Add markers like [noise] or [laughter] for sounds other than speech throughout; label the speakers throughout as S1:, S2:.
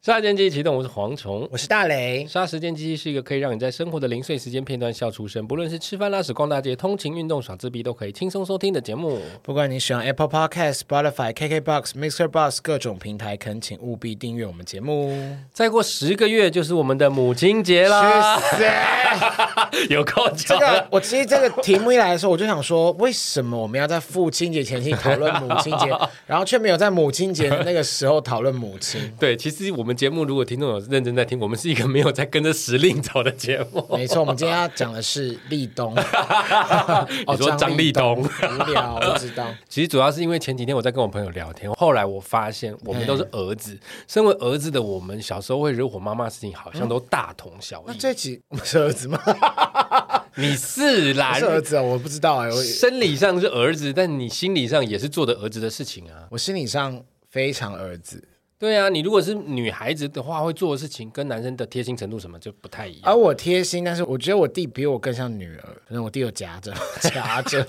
S1: 杀时间机器启动，我是蝗虫。
S2: 我是大雷，
S1: 杀时间机器是一个可以让你在生活的零碎时间片段笑出声，不论是吃饭、拉屎、逛大街、通勤、运动、耍自闭，都可以轻松收听的节目。
S2: 不管你使用 Apple Podcast、Spotify、KKBox、Mixer Box 各种平台，恳请务必订阅我们节目。
S1: 再过十个月就是我们的母亲节啦，
S2: 去死！
S1: 有够久
S2: [laughs] 这个
S1: 了。
S2: 我其实这个题目一来的时候，我就想说，为什么我们要在父亲节前夕讨论母亲 [laughs] 节，然后却没有在母亲节的那个时候讨论母亲？
S1: 对，其实我们节目如果听众有认真在听，我们是一个没有在跟着时令走的节
S2: [laughs]
S1: 目。
S2: 没错，我们今天要讲的是立 [laughs] 冬。哦
S1: 你说张立冬
S2: 无聊，我知道。
S1: 其实主要是因为前几天我在跟我朋友聊天，后来我发现我们都是儿子，
S2: 嗯
S1: 身为儿子的我们，小时候会惹火妈妈的事情好像都大同小
S2: 嗯那
S1: 异。
S2: 这集我们是儿子吗？
S1: 你是啦，
S2: 是儿子啊，我不知道哎、我
S1: 生理上是儿子，但你心理上也是做的儿子的事情啊。
S2: 我心理上非常儿子。
S1: 对啊，你如果是女孩子的话，会做的事情跟男生的贴心程度什么就不太一样。
S2: 而啊我贴心，但是我觉得我弟比我更像女儿，可能我弟有夹着 [laughs] 夹着。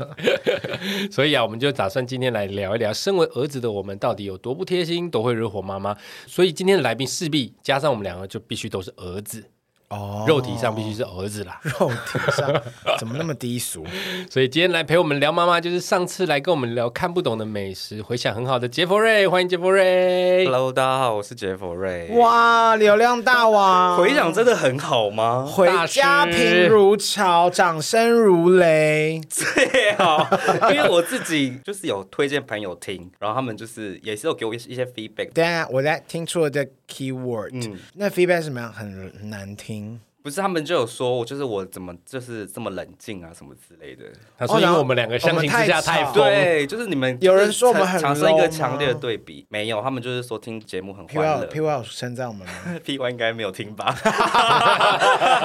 S1: 所以啊，我们就打算今天来聊一聊，身为儿子的我们到底有多不贴心，多会惹火妈妈。所以今天的来宾势必加上我们两个，就必须都是儿子，
S2: 哦，
S1: 肉体上必须是儿子啦。
S2: 肉体上怎么那么低俗？
S1: 所以今天来陪我们聊妈妈，就是上次来跟我们聊看不懂的美食，回想很好的杰佛瑞，欢迎杰佛瑞。
S3: Hello，大家好，我是杰佛瑞。
S2: [laughs] 哎哇，流量大王，
S3: 回想真的很
S2: [laughs]
S3: 好吗？
S2: 回家频如潮，掌声如雷。
S3: 对啊，因为我自己就是有推荐朋友听，然后他们就是也是有给我一些一些 feedback，
S2: 等一下，我在听出了这 keyword，、那 feedback 什么样？很难听。
S3: 不是他们就有说我就是我怎么就是这么冷静啊什么之类的。
S1: 他说
S2: 哦
S1: 因
S2: 然
S1: 为
S2: 后
S1: 我们两个相形之下
S2: 我们太
S1: 太
S2: 吵
S1: 疯，
S3: 对，就是你们
S2: 有人说我们很
S3: 产生一
S2: low
S3: 个
S2: 吗
S3: 强烈的对比，没有，他们就是说听节目很
S2: P
S3: 欢
S2: Y
S3: 乐。
S2: P Y 有称赞我们 [laughs] 吗？
S3: P Y 应该没有
S2: [laughs]
S3: 听吧？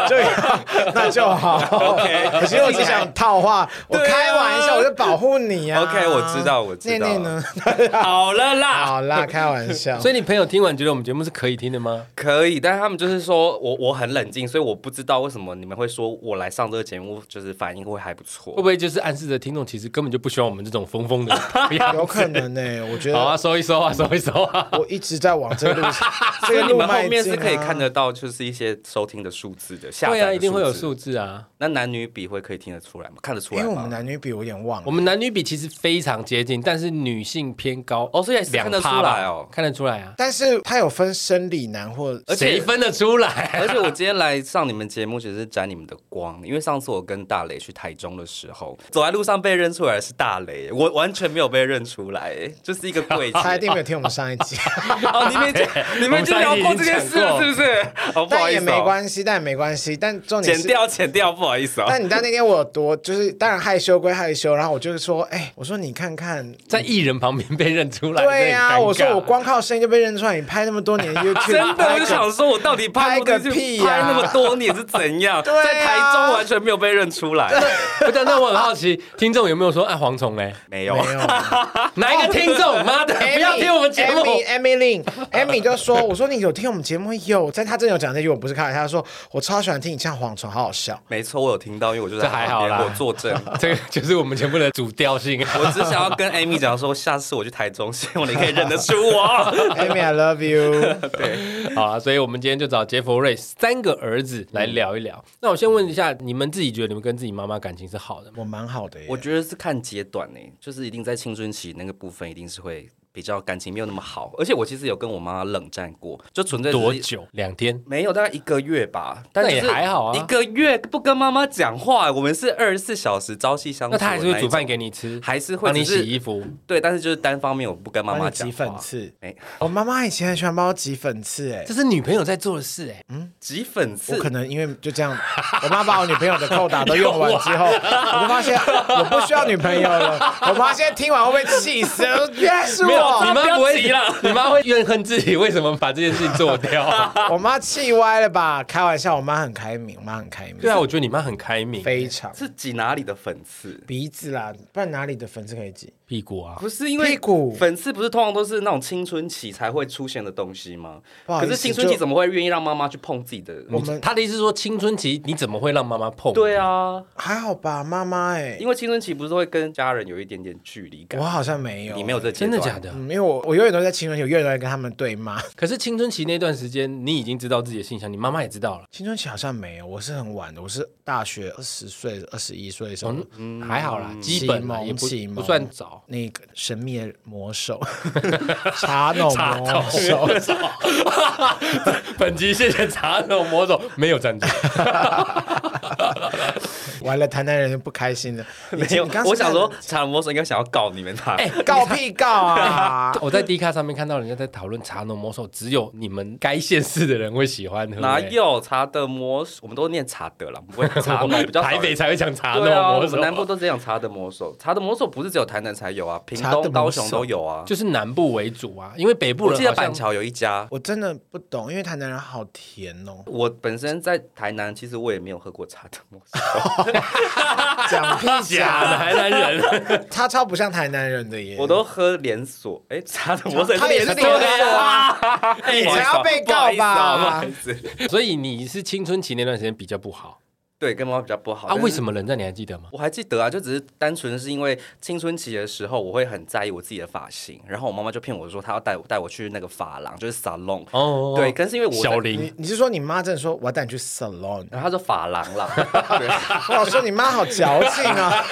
S2: 这个 [laughs] 那就好。
S3: OK
S2: 可是我只想套话，我
S3: 对啊
S2: 开玩笑，我就保护你啊。
S3: OK，我知道我知道
S2: 念念呢？ [laughs]
S3: 好了啦，
S2: 好啦，开玩笑。
S1: 所以你朋友听完觉得我们节目是可以听的吗？
S3: 可以，但是他们就是说我我很冷静，所以我不知道为什么你们会说我来上这个节目就是反应会还不错
S1: [laughs] 会不。会就是暗示着听众其实根本就不喜欢我们这种疯疯的
S3: [laughs]
S1: 样子
S2: 有可能呢、我觉
S1: 好
S2: 得
S1: 啊，收一收啊，收一收
S2: [laughs]
S1: 啊。
S2: 我一直在往这
S3: [laughs]
S2: 个路，这
S3: 所以
S2: 个
S3: 你
S2: 路
S3: 们
S2: 迈进、啊、
S3: 后面是可以看得到，就是一些收听的数字的下载
S1: 对啊，
S3: 的
S1: 一定会有
S3: 字
S1: 数。字啊。
S3: 那男女比会可以听得出来吗？看得出
S2: 因
S3: 来
S2: 为我
S3: 吗
S2: 们？男女比我有点忘
S1: 我
S2: 了，
S1: 们男女比其实非常接近，但是女性偏高
S3: 哦，所以还是
S1: 两
S3: 看得出
S1: 趴吧
S3: 来哦。
S1: 看得出来啊。
S2: 但是他有分生理男或
S3: 而且
S1: 谁分得出来？[laughs]
S3: [laughs] 而且我今天来上你们节目，只是沾你们的光，因为上次我跟大雷去台中的时候，走在路上被认出来的是大雷，我完全没有被认出来，哎就是一个 [laughs] 柜姐。
S2: 他一定没有听我们上一
S3: [laughs]
S2: 集，啊
S3: 哦，你们已 [laughs] 经你们已经聊过这件事了，是不是？哦，不好
S2: 但
S3: 意
S2: 也
S3: 思、
S2: 没
S3: 哦，
S2: 关系，但也没关系，但重点
S3: 剪
S2: 是。
S3: 掉剪掉，不好意思哦。
S2: 但你知道那天我有多就是，当然害羞归害羞，然后我就是说，哎、我说你看看，
S1: 在艺人旁边被认出来，
S2: 对呀、
S1: 这很尴尬
S2: 我说我光靠声音就被认出来，你拍那么
S3: [laughs]
S2: 多年 YouTube，
S3: 真的，
S2: 拍
S3: 我就想说，我到底
S2: 拍
S3: 拍
S2: 个屁呀
S3: 拍那么多年是怎 [laughs] 样？
S2: 对啊
S3: 在台中完全没有被认出来，
S1: 不但那我很好奇，听众有没有说哎蝗虫嘞？
S3: 没 [laughs] 有
S2: 没。有。
S1: 哪一个听众？妈的，不要听我们节目。
S2: Amy Lin Amy 就说：“我说你有听我们节目有，但他真的有讲这句，我不是开玩笑。他说我超喜欢听你唱蝗虫，好好笑。
S3: 没错，我有听到，因为我就在
S1: 这还好啦
S3: 旁边我作证。 [laughs]
S1: 这个就是我们节目的主调性。
S3: 我只想要跟 Amy 讲说，下次我去台中，希望你可以认得出我。
S2: Amy I love you。
S1: [laughs]
S3: 对，
S1: 好啊，所以我们今天就找杰佛瑞三个儿子来聊一聊。那我先问一下，你们自己觉得你们跟自己妈妈感情是好的吗？
S2: 我蛮好的耶，
S3: [laughs] 我觉得是看阶段呢、就是一定在青春期那个部分，一定是会比较感情没有那么好。而且我其实有跟我妈冷战过，就存在
S1: 多久？两天？
S3: 没有，大概一个月吧，但
S1: 那也
S3: 就是
S1: 还好啊
S3: 一个月不跟妈妈讲话，我们是二十四小时朝夕相处。
S1: 那她还是会煮饭，给你吃，
S3: 还是会
S1: 帮你
S3: 只是
S1: 洗衣服。
S3: 对，但是就是单方面我不跟妈
S2: 帮
S3: 妈
S2: 你
S3: 讲
S2: 挤
S3: 话。
S2: 粉刺。
S3: 哎，
S2: 我妈妈以前很喜欢帮我挤粉刺，哎，
S1: 这是女朋友在做的事哎、
S3: 挤粉
S2: 我
S3: 刺
S2: 可。能因为就这样，我妈把我女朋友的扣打都用完之 [laughs] 后，我就发现我不需要女朋友了。我妈现在听完会不会气 [laughs] 死？原来是
S1: 没有，你
S2: 我，
S1: 妈不
S3: 不要
S1: 会
S3: 急啦，
S1: 你妈会怨恨自己为什么把这件事情做掉。
S2: [laughs] 我妈气歪了吧？开玩笑，我妈很开明，我妈很开明，
S1: 对啊，我觉得你妈很开明。
S2: 非常。
S3: 是挤哪里的粉刺？
S2: 鼻子啦，不然哪里的粉刺可以挤？
S1: 屁股啊，
S3: 不是因
S2: 屁
S3: 为
S2: 股
S3: 粉刺不是通常都是那种青春期才会出现的东西吗？
S2: 不好意思
S3: 可是青春期
S2: 就
S3: 怎么会愿意让妈妈去碰自己的？
S2: 我们
S1: 他的意思是说青春期你怎么会让妈妈碰？
S3: 对啊，
S2: 还好吧，妈妈哎，
S3: 因为青春期不是会跟家人有一点点距离感
S2: 我？好像没有，
S3: 你没有这阶
S1: 真
S3: 段
S1: 的假？的？
S2: 嗯，因为我我永远都在青春期，我永远都在跟他们对骂。
S1: 可是青春期那段时间，你已经知道自己的性向，你妈妈也知道了，
S2: [laughs] 青春期好像没有，我是很晚的，我是大学二十岁、二十一岁的时候。
S1: 嗯，还好啦，基本啦
S2: 启蒙
S1: 也不
S2: 启蒙
S1: 不算早。
S2: 那个神秘的魔 [laughs] 手，茶脑
S1: 茶
S2: 魔手，
S1: [laughs] 本集谢谢查总魔总没有 [laughs] 赞助，
S2: 完了，台南人不开心 [laughs] 了。
S3: 没有
S2: 你刚，
S3: [laughs] 我想说，查摩手应该想要告你们
S1: 哎
S3: 吧？
S2: 告屁告 [laughs] 啊！
S1: 我在 D 卡上面看到人家在讨论茶农魔手，只有你们该县市的人会喜欢喝、
S3: 哪
S1: 欸
S3: 有茶的魔？我们都念茶的啦，不会茶农
S1: [laughs]
S3: 比较少人
S1: 台北才会讲茶农
S3: 对啊，我
S1: 魔手，
S3: 们南部都只讲茶的魔手，茶的魔手不是只有台南才有啊，屏
S2: 茶的
S3: 东、高
S2: 魔
S3: 雄
S2: 手
S3: 都有啊。
S1: 就是南部为主啊，因为北部
S3: 我
S1: 人
S3: 记得
S1: 好像
S3: 板桥有一家，，
S2: 我真的不懂，因为台南人好甜哦
S3: 我本身在台南，其实我也没有喝过茶的魔
S1: [laughs]
S2: [laughs]
S3: 手。
S1: 啊
S2: 讲屁
S1: 假的
S2: 讲，啊
S1: 台南
S3: [laughs]
S1: 人，
S2: 他超不像台南人的耶。
S3: 我都喝连锁，哎，茶的魔手
S2: 他也是
S3: 连
S2: 连锁啊
S3: 啊，哎
S2: 你
S3: 不好意思
S2: 才要被
S3: 不好意思啊
S2: 告吧
S3: 不好意思，
S1: 所以你是青春期那段时间比较不好
S3: 对，跟妈妈比较不好
S1: 啊？为什
S3: 么？
S1: 么冷战你还记得吗？
S3: 我还记得啊，就只是单纯是因为青春期的时候，我会很在意我自己的发型，然后我妈妈就骗我说她要带我带我去那个发廊，就是 salon，
S1: 哦，
S3: 对，可是因为我
S1: 小
S3: 在
S1: 林
S2: 你你是说你妈真的说我要带你去 salon？
S3: 然后她说发廊
S1: [laughs]
S3: 啦，对
S2: 我老说你妈好矫情
S3: [laughs]
S2: 啊，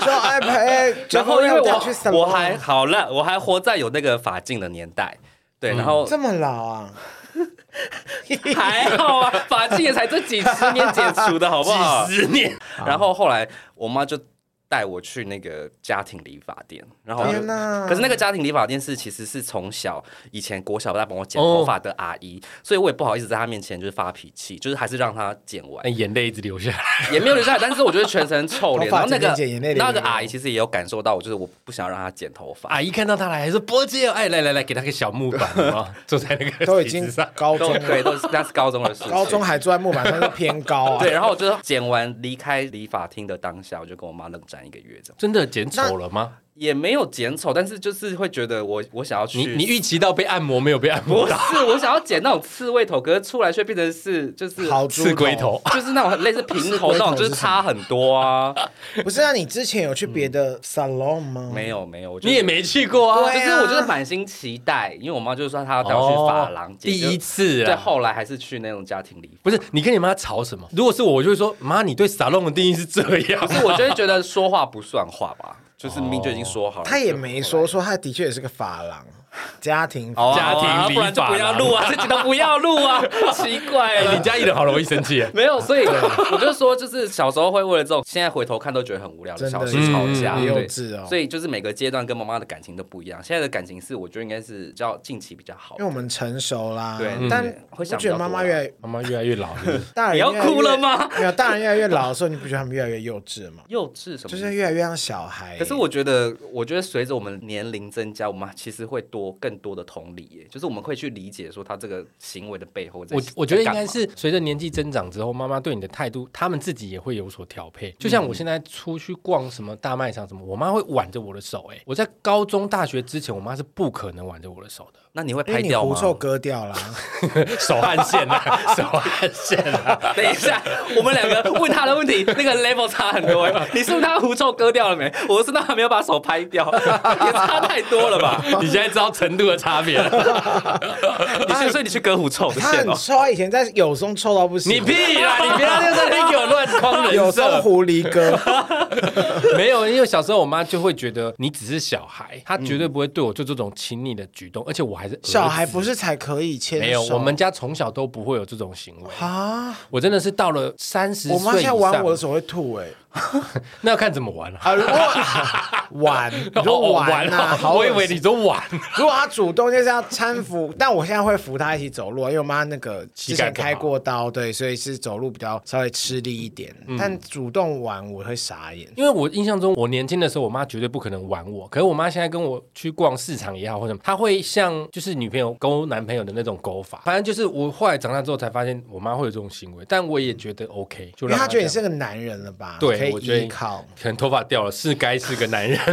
S2: 说哎哎，
S3: 然后因为
S2: 要带去啊
S3: 我
S2: salon，
S3: 我还好了，我还活在有那个法镜的年代，对，然后
S2: 这么老啊，
S3: [laughs] 还好啊，法镜也才这几十年解除的好
S1: [laughs]
S3: 不好？
S1: 十年，
S3: 然后后来我妈就带我去那个家庭理发店，然后我就
S2: 天哪
S3: 可是那个家庭理发店是其实是从小以前国小在帮我剪头发的阿姨，所以我也不好意思在她面前就是发脾气，就是还是让她剪完
S1: 那，哎眼泪一直流下来，
S3: 也没有留下来，但是我觉得全程臭
S2: 头
S3: 脸。然
S2: 发
S3: 后那
S2: 渐渐
S3: 个
S2: 剪眼泪流
S3: 那个阿姨其实也有感受到我，就是我不想让她剪头发。
S1: 阿姨看到他来还说波姐，哎，来来来，给他个小木板有没
S3: [laughs]
S1: 有坐在那个
S2: 都已
S1: 椅
S2: 经
S1: 子上。
S2: 高
S3: 都
S2: 中
S3: 对，
S2: 了，
S3: 都是那是高中的事情。
S2: 高中还坐在木板上是偏高啊。
S3: 对，然后我就剪完离开理发厅的当下，我就跟我妈冷战一个月，这样
S1: 真的剪丑了吗？
S3: 也没有剪丑，但是就是会觉得我我想要去，
S1: 你你预期到被按摩没有被按
S3: 不
S1: 摩
S3: 是
S1: 到，
S3: 我想要剪那种刺猬头，可是出来却变成是就是
S2: 好猪
S1: 刺龟头，
S3: 就是那种很类似平头那种，就是差很多啊。
S2: 不是啊？你之前有去别的 salon 吗？
S3: 嗯没有没有，我就
S1: [laughs] 你也没去过啊哦
S2: 对。
S3: 就
S2: 啊哦
S3: 是我就是满心期待，因为我妈就说她要带我去发廊剪，
S1: 第
S3: 就
S1: 一次
S3: 对，
S1: 啊。
S3: 后来还是去那种家庭理
S1: 不是你跟你妈吵什么？如果是我，我就会说妈，你对沙龙的定义是这样
S3: 发，可。是我就会觉得说话不算话吧，就是明明就已经说
S2: [laughs]
S3: 好了，
S2: 他也
S3: 就
S2: 没
S3: 后来
S2: 说，说他的确也是个发廊，家庭
S3: 哦，
S1: 家庭
S3: 啊
S1: 礼
S3: 不然就
S1: 法
S3: 不要
S1: 啦
S3: 录啊，这集都不要录
S1: [laughs]
S3: 啊，奇
S1: [laughs]
S3: 怪
S1: 哎，
S3: 了
S1: 你。家艺人好容易生气耶。
S3: 没有，所以 [laughs] 我就说，就是小时候会为了这种，现在回头看都觉得很无聊的
S2: 真
S3: 小
S2: 的
S3: 事吵架，
S1: 嗯
S2: 很幼
S3: 对。
S2: 稚哦。
S3: 所以就是每个阶段跟妈妈的感情都不一样，现在的感情是我觉得应该是比较近期比较好
S2: 因为。我们成熟啦，
S3: 对
S2: 但
S3: 嗯会
S2: 我
S3: 想
S2: 觉得妈妈越来
S1: 妈妈越来越老，是不是
S2: 大人
S3: 你要
S2: 越来越
S3: 哭了吗？
S2: [laughs] 没有，大人越来越老的时候，你不觉得他们越来越幼稚吗？
S3: 幼稚什么？
S2: 就是越来越像小孩。
S3: 可是我觉得，我觉得随着我们年龄增加，我们其实会多更多的同理耶，就是我们会去理解说他这个行为的背后在
S1: 我我觉得应该
S3: 在
S1: 是随着年纪增长之后，妈妈对你的态度，他们自己也会有所调配。就像我现在出去逛什么大卖场什么，我妈会挽着我的手、欸。我在高中、大学之前，我妈是不可能挽着我的手的
S3: 干嘛，那你会
S2: 因
S3: 拍
S2: 为你
S3: 掉
S2: 狐
S3: 吗？
S2: 臭割掉
S1: [laughs]
S2: 啦，
S1: 手汗腺 [laughs] 啊，手汗腺啊。
S3: [laughs] 等一下，我们两个问他的
S1: [laughs]
S3: 问题，那个 level 差很多哎。你是不是他狐臭割掉了没？我是那还没有把手拍掉， [laughs] 也差太多了吧？
S1: [laughs] 你现在知道程度的差别了，
S3: [laughs] 你是不是你去割狐臭的
S2: 他
S3: 线
S2: 很
S1: [laughs]
S3: 哦？
S2: 臭，他以前在有松臭到不行，
S1: 你屁啦！你不要在这边给我乱
S2: [laughs]
S1: 框
S2: 有
S1: 人
S2: 松
S1: 设。
S2: 狐狸
S1: [laughs]
S2: 哥，
S1: 没有，因为小时候我妈就会觉得你只是小孩，她绝对不会对我做这种亲昵的举动，而且我还是儿子
S2: 小孩不是才可以牵手？
S1: 没有，我们家从小都不会有这种行为。
S2: 啊，
S1: 我真的是到了三十岁
S2: 我
S1: 以
S2: 妈现在
S1: 上，
S2: 玩我的手会吐哎，
S1: 那要看怎么玩了、啊。
S2: 啊，如果 [laughs] 玩，你说玩啊，好
S1: 哦 [laughs] 我
S2: 恶
S1: 以
S2: 心，
S1: 为你说玩，
S2: 如果他主动就是要搀扶，但我现在会扶他一起走路啊，因为我妈那个之前开过刀，对，所以是走路比较稍微吃力一点。
S1: 嗯
S2: 但主动玩我会傻眼，
S1: 因为我印象中，我年轻的时候，我妈绝对不可能玩我。可是我妈现在跟我去逛市场也好，或者什么她会像就是女朋友勾男朋友的那种勾法。反正就是我后来长大之后才发现，我妈会有这种行为，但我也觉得 OK，就
S2: 因为
S1: 让
S2: 他觉得你
S1: 这样
S2: 是个男人了吧？
S1: 对
S2: 可以
S1: 我觉得
S2: 依靠。
S1: 可能头发掉了，是该是个男人。 [laughs]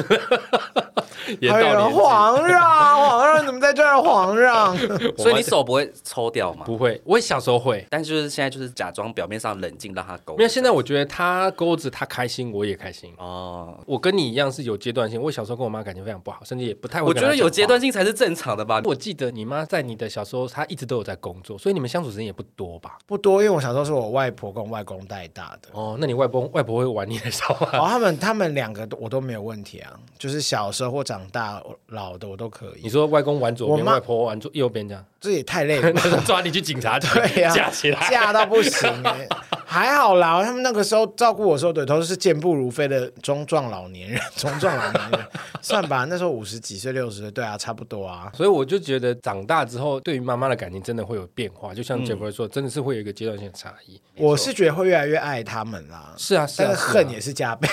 S1: 也到
S2: 还有
S1: 年
S2: 人
S1: 纪
S2: 哎皇上，皇上怎么在这儿？皇上，
S1: 我
S3: 所以
S1: 妈
S3: 你
S1: 就
S3: 手不会抽掉吗？
S1: 不会，我小时候会。
S3: 但就是现在就是假装表面上冷静让他勾
S1: 因
S3: 着，
S1: 为现在我觉得他钩子他开心，我也开心。
S3: 哦，
S1: 我跟你一样是有阶段性。我小时候跟我妈感情非常不好，甚至也不太会。
S3: 我觉得有阶段。性才是正常的吧。
S1: 我记得你妈在你的小时候，她一直都有在工作，所以你们相处时间也不多吧？
S2: 不多，因为我小时候是我外婆跟我外公带大
S1: [laughs]
S2: 的。
S1: 哦，那你外公外婆会玩你的啊手
S2: [laughs]
S1: 吗？
S2: 哦，他们他们两个都我都没有问题啊，就是小时候或长大我老的我都可
S1: 你
S2: 以，
S1: 说外公玩左边，
S2: 我妈
S1: 外婆玩左右边这样，
S2: 这也太累了吧，
S1: [laughs] 抓你去警察局
S2: 对呀、
S1: 架起来。
S2: 架到不行、
S3: [laughs]
S2: 欸，还好啦，他们那个时候照顾我的时候，对，都是健步如飞的中壮老年人， [laughs] 中壮老年
S3: [laughs]
S2: 人，算吧，那时候五十几岁、六十岁，对啊，差不多啊。
S1: 所以我就觉得长大之后，对于妈妈的感情真的会有变化，就像杰夫说，真的是会有一个阶段性的差异。
S2: 我是觉得会越来越爱他们啦，
S1: 是啊，是
S2: 但
S1: 啊，
S2: 是恨
S1: 是
S2: 也
S1: 啊
S2: 是加倍。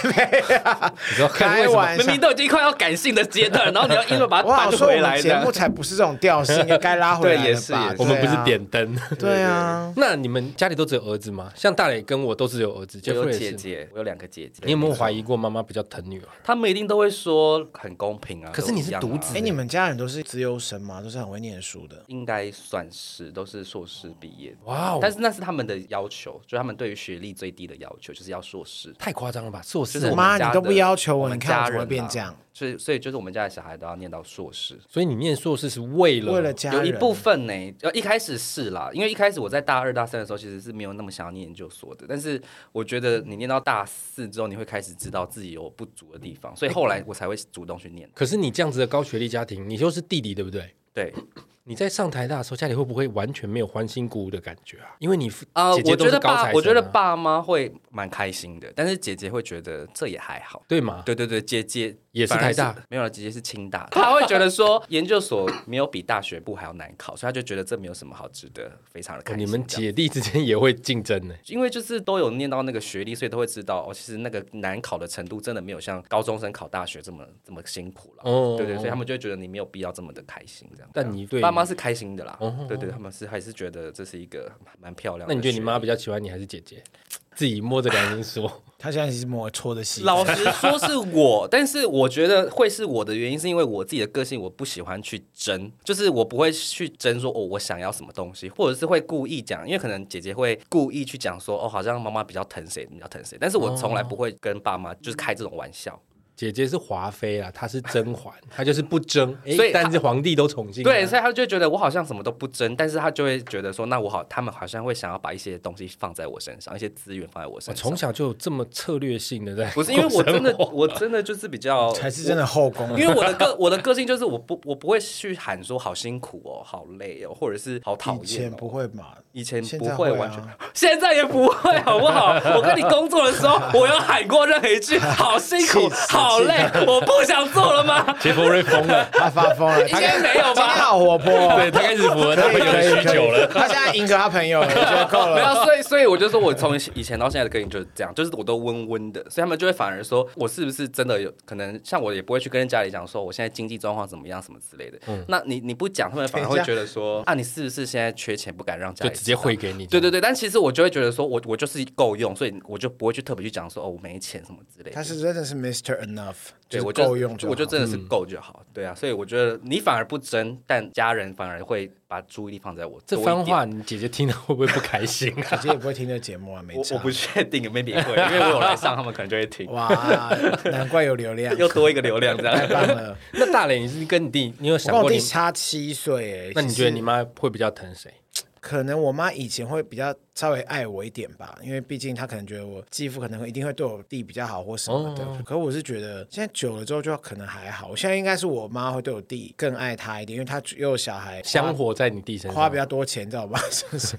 S2: [laughs]
S1: 你说恨为
S2: 开
S1: 什么？
S2: 玩笑
S3: 明，明都已经快要感性的阶段， [laughs] 然后你要因为把它
S2: 我好
S3: 搬
S2: 说我
S3: 回来
S2: 们节目
S3: 的。
S2: 才不是这种调性，应该拉回来
S3: [laughs] 对也
S2: 了
S3: 是
S2: 吧
S3: 也？是
S1: 我们
S2: 对
S1: 不
S2: 啊
S1: 是点灯。 [laughs]
S2: 对啊。
S1: 那你们家里都只有儿子吗？像大磊跟我都只有儿子，
S3: 我
S1: 杰夫
S3: 有
S1: 也
S3: 姐
S1: 是。
S3: 姐，我有两个姐姐。
S1: 你有没有怀疑过妈妈比较疼女儿？
S3: 他们一定都会说很公平啊。
S1: 可是你是
S3: 都一样
S1: 独
S3: 啊
S1: 子
S2: 哎，你们家人都是资优生吗？都是很会念书的。
S3: 应该算是都是硕士毕业的。
S1: 哇哦，
S3: 但是那是他们的要求，就是他们对于学历最低的要求，就是要硕士。
S1: 太夸张了吧？硕士哦
S3: 就是我们
S1: 吗？
S2: 妈，
S3: 家
S2: 你都
S3: 的
S2: 不要求我，
S3: 我
S2: 你
S3: 们
S2: 看
S3: 家
S2: 我怎么
S3: 人
S2: 变
S3: 啊
S2: 这样？
S3: 所以，所以就是我们家的小孩都要念到硕士，
S1: 所以你念硕士是为了
S2: 为了家人，
S3: 有一
S1: 啊
S3: 部分呢，呃，一开始是啦，因为一开始我在大二大三的时候，其实是没有那么想要念研究所的。但是我觉得你念到大四之后，你会开始知道自己有不足的地方，所以后来我才会主动去念。
S1: 可是你这样子的高学历家庭，你又是弟弟，对不对？
S3: 对，
S1: 你在上台大的时候，家里会不会完全没有欢欣鼓舞的感觉啊？因为你
S3: 啊，
S1: 姐姐
S3: 我
S1: 都
S3: 觉
S1: 是
S3: 得
S1: 高材生
S3: 爸
S1: 啊，
S3: 我觉得爸妈会蛮开心的，但是姐姐会觉得这也还好。
S1: 对吗？
S3: 对对对，姐姐
S1: 啊也是
S3: 反而
S1: 台大，
S3: 没有了，姐姐是清大，她会觉得说 [laughs] 研究所没有比大学部还要难考，所以她就觉得这没有什么好值得非常的
S1: 哦
S3: 开心。
S1: 你们
S3: 这样
S1: 姐弟之间也会竞争呢、
S3: 因为就是都有念到那个学历，所以都会知道哦，其实那个难考的程度真的没有像高中生考大学这么这么辛苦了。
S1: 哦
S3: 对对，所以他们就会觉得你没有必要这么的开心这样。
S1: 但你对
S3: 爸妈，是开心的啦，
S1: 哦
S3: 对对，他们是还是觉得这是一个蛮漂亮
S1: 那
S3: 的学历。
S1: 你觉得你妈比较喜欢你还是姐姐？自己摸着良心
S3: [laughs]
S1: 说，
S2: 他现在是抹搓的戏。
S3: 老实说是我，但是我觉得会是我的原因，是因为我自己的个性，我不喜欢去争，就是我不会去争说哦，我想要什么东西，或者是会故意讲，因为可能姐姐会故意去讲说哦，好像妈妈比较疼谁，比较疼谁，但是我从来不会跟爸
S2: 哦
S3: 妈就是开这种玩笑。
S1: 姐姐是华妃啊啦，她是甄嬛，她就是不争，诶
S3: 所以她
S1: 但是皇帝都宠幸她。
S3: 对，所以他就觉得我好像什么都不争，但是他就会觉得说，那我好，他们好像会想要把一些东西放在我身上，一些资源放在我
S1: 我
S3: 身上
S2: 哦
S1: 从。小就有这么策略性的在，
S3: 不是因为我真
S2: [laughs]
S3: 的，我真的就是比较
S2: 才是真的后宫， [laughs]
S3: [laughs] 因为我的个我的个性就是我不我不会去喊说好辛苦哦，好累哦，或者是好讨
S2: 以
S3: 厌
S2: 前
S3: 哦。
S2: 不会吧？
S3: 以前
S2: 现
S3: 不
S2: 在
S3: 会
S2: 会啊
S3: 完全，现在也不会，好不好？我跟你工作的时候，我有喊过任何一句“好辛苦”“好累”，我不想做了吗？
S1: 杰佛瑞疯了，
S2: 他发疯 [laughs] 了，他
S3: 应该没有吧
S2: 今天好活泼哦，
S1: 对他开始符合 [laughs] 他
S2: 可以
S1: 朋友
S2: 可
S1: 的
S2: 以
S1: 需求
S2: 可以
S1: 了。
S2: 他现在迎合他朋 [laughs] 友了，我觉得 [laughs] 够
S3: 没有
S2: 了。，
S3: 所以所以我就说我从以前到现在的个性就是这样，就是我都温温的，所以他们就会反而说我是不是真的有可能像我也不会去跟家里讲说我现在经济状况怎么样什么之类的。那你你不讲，他们反而会
S2: 嗯等一下
S3: 觉得说啊，你是不是现在缺钱不敢让家
S1: 就
S3: 里
S1: 直接
S3: 知道
S1: 汇给你，
S3: 对对对，但其实我就会觉得说我我就是够用，所以我就不会去特别去讲说哦我没钱什么之类的。
S2: 他是真的是 Mr. Enough，
S3: 对
S2: 就
S3: 我
S2: 是
S3: 就
S2: 够用就好
S3: 我就真的是够就好。对啊，所以我觉得你反而不争，但家人反而会把注意力放在我
S1: 这
S3: 多一
S1: 番
S3: 点
S1: 话你姐姐听了会不会不开心啊？
S2: 姐姐也不会听这节目啊，没
S3: 我
S2: 差
S3: 我。不确定，maybe 会，因为我有来上，他们可能就会听，
S2: 哇，难怪有流量，
S3: [laughs]
S1: [laughs]
S3: 又多一个流量这
S2: 太棒
S3: 样。 [laughs]
S2: 了！
S1: [laughs] 那大磊，你是跟你弟，你有
S2: 我
S1: 想
S2: 跟我
S1: 过你
S2: 弟？差七岁哎，
S1: 那你
S2: 其实
S1: 觉得你妈会比较疼谁？
S2: 可能我妈以前会比较稍微爱我一点吧，因为毕竟她可能觉得我继父可能一定会对我弟比较好或什么的。可我是觉得现在久了之后就可能还好，现在应该是我妈会对我弟更爱他一点，因为他又有小孩，
S1: 香火在你弟身
S2: 花
S1: 上
S2: 比，较多钱在我妈 [laughs] 身上。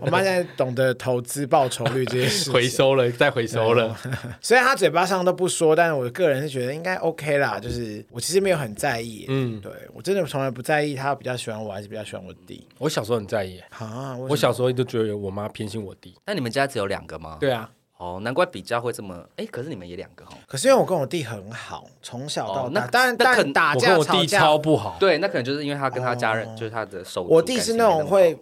S2: 我妈现在懂得投资报酬率这些事 [laughs] 情，
S1: 回收了，再回收了。
S2: 虽然她嘴巴上都不说，但我个人是觉得应该 OK 啦。就是我其实没有很在意，嗯，对我真的从来不在意她比较喜欢我还是比较喜欢我弟
S1: 我小时候很在意，
S2: 啊。我
S1: 我小时候就觉得我妈偏心我弟。
S3: 那你们家只有两个吗？，
S1: 对啊，
S3: 哦，难怪比较会这么，哎，可是你们也两个哦。
S2: 可是因为我跟我弟很好，从小到
S3: 哦
S2: 大，
S3: 那
S2: 当然
S3: 那
S2: 当
S3: 可
S2: 然打
S1: 我跟
S2: 架
S1: 我
S2: 吵
S1: 弟
S2: 架
S1: 超，不好。
S3: 对，那可能就是因为他跟他家人，就是他的手足
S2: 哦我弟是那种会
S3: 感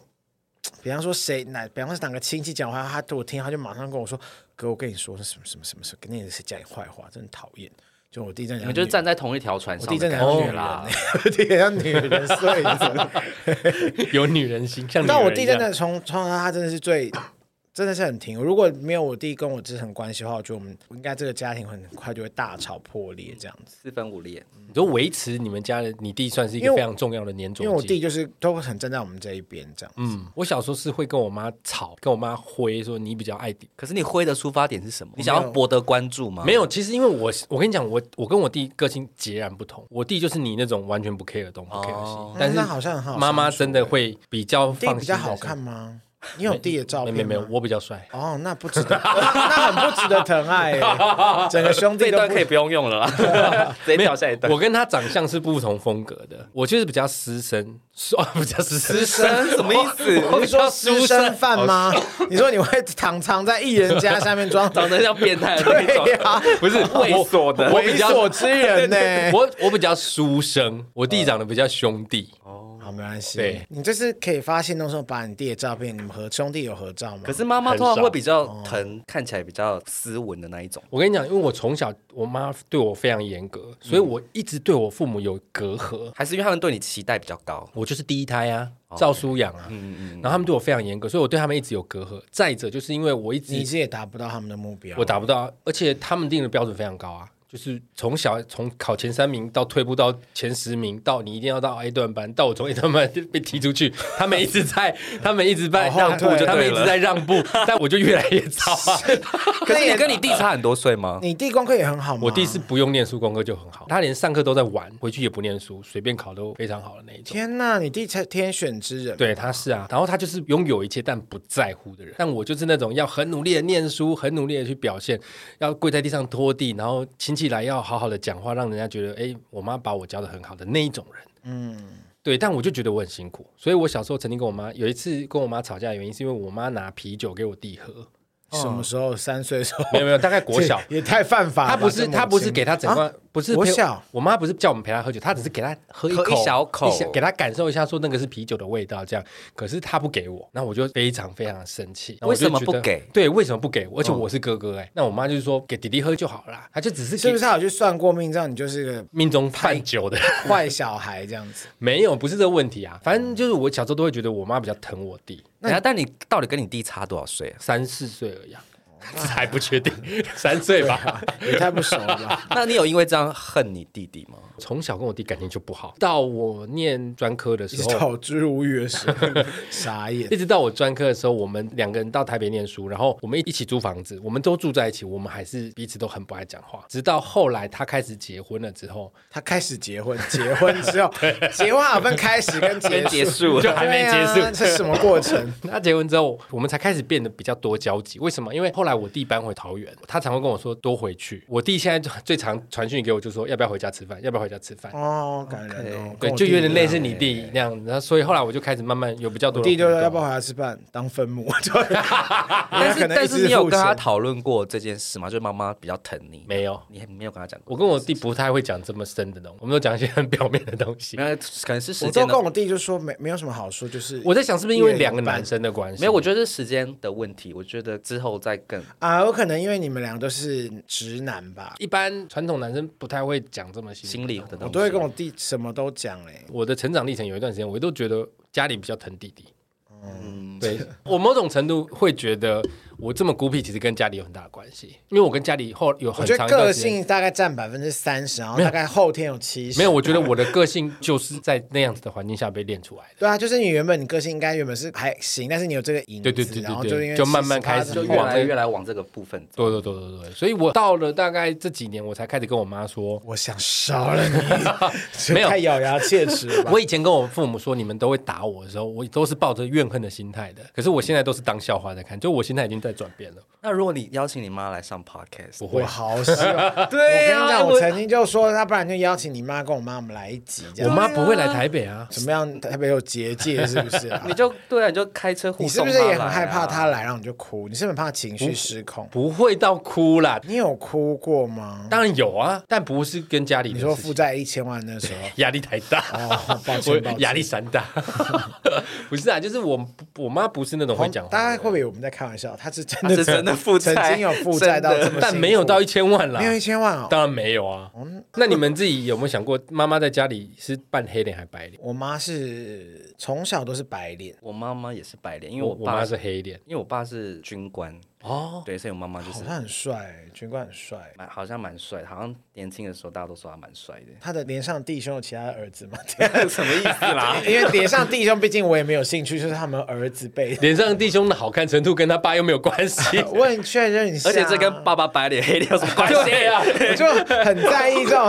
S3: 情没，
S2: 比方说谁哪，比方说哪个亲戚讲坏话，他对我听，他就马上跟我说：“哥，我跟你说，什么什么什么什么，跟那个谁讲你坏话，真的讨厌。”就就我弟真的
S3: 你
S2: 像
S3: 们就是
S2: 女
S3: 站在同一条船
S2: 我
S3: 上
S2: 弟
S3: 的
S2: 真的
S3: 感
S2: 像女
S3: 觉哦
S2: 人
S3: 啦。
S2: 欸， [laughs] 我弟很像女人，所以就是
S3: [laughs]
S1: 有女人心，像女
S2: 但我
S1: 人
S2: 弟
S1: 一
S2: 真
S1: 样
S2: 的从从小到他真的是最，真的是很挺。如果没有我弟跟我之层关系的话，我觉得我们应该这个家庭很快就会大吵破裂这样子。
S3: 四分五裂，
S1: 你说维持你们家的，你弟算是一
S2: 因为
S1: 个
S2: 我
S1: 非常重要的粘着剂。
S2: 因为我弟就是都会很站在我们这一边这样子。
S1: 嗯，我小时候是会跟我妈吵，跟我妈挥说你比较爱弟。
S3: 可是你挥的出发点是什么？你想要博得关注吗？
S1: 没有，其实因为我我跟你讲，我我跟我弟个性截然不同。我弟就是你那种完全不 care 东不 care 西，
S3: 哦
S1: 但
S2: 那
S1: 是
S2: 好像很好相处欸。
S1: 妈妈真的会比较
S2: 弟
S1: 放心。
S2: 比较好看，吗？你有弟的照
S1: 没
S2: 片
S1: 没没有
S2: 吗，
S1: 我比较
S2: [laughs]
S1: 帅。
S2: 哦，那不值得，那很不值得疼爱
S1: [laughs]
S2: 欸。整个兄
S3: 这
S2: 弟
S3: 一
S2: 都
S3: 段
S2: 不
S3: 可以不用用了啦，直接跳下一段。
S1: 我跟他长相是不同风格的，我就是比较私生，说 [laughs] 比较私生，
S3: [laughs] 私生什么意思？
S2: 你说私生饭吗？
S1: 哦
S2: [laughs] 你说你会躺藏在艺人家下
S1: [laughs]
S2: 面装
S3: 长得像变态的那种 [laughs]
S2: 对，呀，
S1: 不是
S3: 猥
S1: 我
S3: 琐的
S1: 我比
S2: 猥
S1: 较
S2: 琐之人欸呢？
S1: 我我比较书生，我弟长得比较兄弟，
S2: 好，没关系
S1: 对。
S2: 你这次可以发现那时候把你弟的照片，你们和兄弟有合照吗？
S3: [laughs] 可是妈妈通常会比较疼，看起来比较斯文的那一种。
S1: 我跟你讲，因为我从小我妈对我非常严格，所以
S2: 嗯
S1: 我一直对我父母有隔阂。
S3: 还是因为他们对你期待比较高，
S1: 我就是第一胎啊，赵舒养啊，然后他们对我非常严格，所以我对他们一直有隔阂。再者，就是因为我一
S2: 你
S1: 直
S2: 自己也达不到他们的目标。
S1: 我达不到，而且他们定的标准非常高啊，就是从小从考前三名到退步到前十名，到你一定要到 A 段班，到我从 A 段班 [laughs] 被踢出去，他们一直在，他们一直在
S2: 往后
S1: 让步
S2: 退就，
S1: 他们
S3: 对
S1: 一
S3: 了
S1: 直在让步，但我就越来越糟啊。
S3: 可是你跟你弟差很多岁吗？
S2: 你弟功课也很好吗？
S1: 我弟是不用念书，功课就很好，他连上课都在玩，回去也不念书，随便考都非常好的那一种。
S2: 天呐，你弟才天选之人。
S1: 对，他是啊，然后他就是拥有一切但不在乎的人，但我就是那种要很努力的念书，很努力的去表现，要跪在地上拖地，然后亲戚来要好好的讲话，让人家觉得哎，我妈把我教的很好的那一种人。嗯，对，但我就觉得我很辛苦，所以我小时候曾经跟我妈有一次跟我妈吵架的原因，是因为我妈拿啤酒给我弟喝，
S2: 什么时候？三岁的时候？。
S1: 没有没有，大概国小
S2: [laughs] 也太犯法了吧。
S1: 他不是
S2: 这么
S1: 他不是
S2: 轻
S1: 给他整
S2: 啊
S1: 罐，不是
S2: 国
S1: 陪
S2: 小
S1: 我妈不是叫我们陪他喝酒，她只是给他喝一
S3: 喝
S1: 口
S3: 一小口
S1: 一小给他感受一下，说那个是啤酒的味道这样。可是他不给我，那我就非常非常生气。然后我就
S3: 为什么
S1: 觉得
S3: 不给
S1: 对，为什么不给我？而且
S2: 嗯
S1: 我是哥哥哎、那我妈就是说给弟弟喝就好啦，他就只是
S2: 是
S1: 给
S2: 不是他有去算过命，让你就是个
S1: 命中犯酒的人。
S2: 坏小孩这样子？
S1: [laughs] 没有，不是这个问题啊。反正就是我小时候都会觉得我妈比较疼我弟，
S3: 等一下，但你到底跟你弟差多少岁啊？
S1: 三四岁而已、啊。 [laughs] 这还不确定，三岁吧。
S2: 也太不熟了吧？ [laughs]
S3: 那你有因为这样恨你弟弟吗？
S1: 从小跟我弟感情就不好，到我念专科的
S2: 一
S1: 时
S2: 直
S1: 候，
S2: 到之无语的时候， [laughs] 傻眼 [laughs]
S1: 一。直到我专科的时候，我们两个人到台北念书，然后我们一起租房子，我们都住在一起，我们还是彼此都很不爱讲话。直到后来他开始结婚了之后，
S2: 他开始结婚，结婚之后，结婚好分开始跟结
S3: 结
S2: 束，
S3: 束
S1: 就还没结束
S2: 对啊这是什么过程？
S1: 他结婚之后，我们才开始变得比较多交集。为什么？因为后来我弟搬回桃园，他常会跟我说多回去。我弟现在就最常传讯给我，就说要不要回家吃饭，要不要回家吃饭。
S2: [laughs] 哦，感人哦，
S1: 对，
S2: 跟我
S1: 就
S2: 弟
S1: 有点
S2: 一
S1: 类
S2: 样
S1: 似你弟那样，然后所以后来我就开始慢慢有比较多
S2: 我
S1: 的
S2: 弟就
S1: 互
S2: 说
S1: 动
S2: 要不要回来吃饭当分母， [laughs] 就
S3: 但
S2: 但
S3: 是但是你有跟他讨论过这件事吗？就是妈妈比较疼你，
S1: 没有，
S3: 你没有跟他讲过。
S1: 我跟我弟不太会讲这么深的东西，我们都讲一些很表面的东西
S3: 没。有，可能是时
S2: 我都
S3: 间
S2: 跟
S3: 的。
S2: 我弟就说没没有什么好说，就是
S1: 我在想是不是因为两个男生的关系？
S3: 没有，我觉得是时间的问题。我觉得之后再更
S2: 啊，有可能因为你们俩都是直男吧，
S1: 一般传统男生不太会讲这么细
S3: 心理的东西。
S2: 我都会跟我弟什么都讲哎、
S1: 我的成长历程有一段时间，我都觉得家里比较疼弟弟。嗯，对我某种程度会觉得我这么孤僻，其实跟家里有很大的关系，因为我跟家里后有
S2: 我
S1: 很
S2: 觉
S1: 长
S2: 得
S1: 一段
S2: 个
S1: 时间。
S2: 性大概占百分之三十，然后大概后天有七十。
S1: 没有，我觉得我的个性就是在那样子的环境下被练出来的。
S2: 对啊，就是你原本你个性应该原本是还行，但是你有这个影子，
S1: 对对对对对
S2: 然后就因为
S1: 就慢慢开始
S3: 就
S2: 就
S3: 越
S1: 往
S3: 来越来往这个部分
S1: [laughs]
S3: 走。
S1: 对对对对对，所以我到了大概这几年，我才开始跟我妈说，
S2: 我想杀
S1: [laughs]
S2: 了你，
S1: 没有
S2: 这太咬牙切齿了吧？
S1: 我以前跟我父母说你们都会打我的时候，我都是抱着怨恨的心态的。可是我现在都是当笑话在看，就我心态已经在转变了。
S3: 那如果你邀请你妈来上 podcast，
S1: 不会
S2: 我，好
S1: [laughs]
S2: 喜欢。
S3: 对
S2: 我
S3: 啊
S2: 跟你讲，
S3: 我？
S2: 我曾经就说，要不然就邀请你妈跟我妈，我们来一集这
S1: 我
S2: 样。
S1: 妈不会来台北啊。
S2: 怎么样？特别有结界是不是、啊
S3: [laughs] 你就对啊，你就开车
S2: 你
S3: 护
S2: 是
S3: 送
S2: 不
S3: 她来啊。
S2: 是也很害怕她来，然后你就哭？你是不是很怕情绪失控？
S1: 不会到哭啦，
S2: 你有哭过吗？
S1: 当然有啊，但不是跟家里的
S2: 你
S1: 事
S2: 说
S1: 情
S2: 负债一
S1: [laughs]
S2: 千万那时候，
S1: 压力太大，
S2: 哦，抱
S1: 我
S2: 歉抱
S1: [laughs]
S2: 歉，
S1: 压力山大，不是啊，就是我不我妈不是那种会讲话的人，
S2: 大家会不会以为我们在开玩笑？他是真
S3: 他
S2: 的
S3: 是
S2: [laughs]
S3: 真的负债
S2: 曾经有负债到这么，
S1: 但没有到一千万啦
S2: 没，有一千万哦。
S1: 当然没有啊。那你们自己有没有想过，妈妈在家里是扮黑脸还白脸？
S2: 我妈是从小都是白脸，
S3: 我妈妈也是白脸，因为
S1: 我
S3: 我
S1: 我
S3: 爸
S1: 妈是黑脸
S3: 因为我爸是军官，
S1: 哦，
S3: 对，所以我妈妈就
S2: 好
S3: 是
S2: 像很帅，军官很帅。，
S3: 蛮好像蛮帅的，好像年轻的时候大家都说他蛮帅的
S2: 他的连上弟兄有其他的儿子
S3: [laughs]
S2: 吗？啊
S3: 什么意思啦？
S2: [laughs] 因为连上弟兄，毕竟我也没有兴趣，就是他们儿子辈。
S1: 脸上弟兄的好看程度跟他爸又没有关系
S2: [laughs] 。我很确认一下，
S3: 而且这跟爸爸白脸黑脸有什么关系？
S1: [laughs] 对啊，
S2: 我就很在意这种，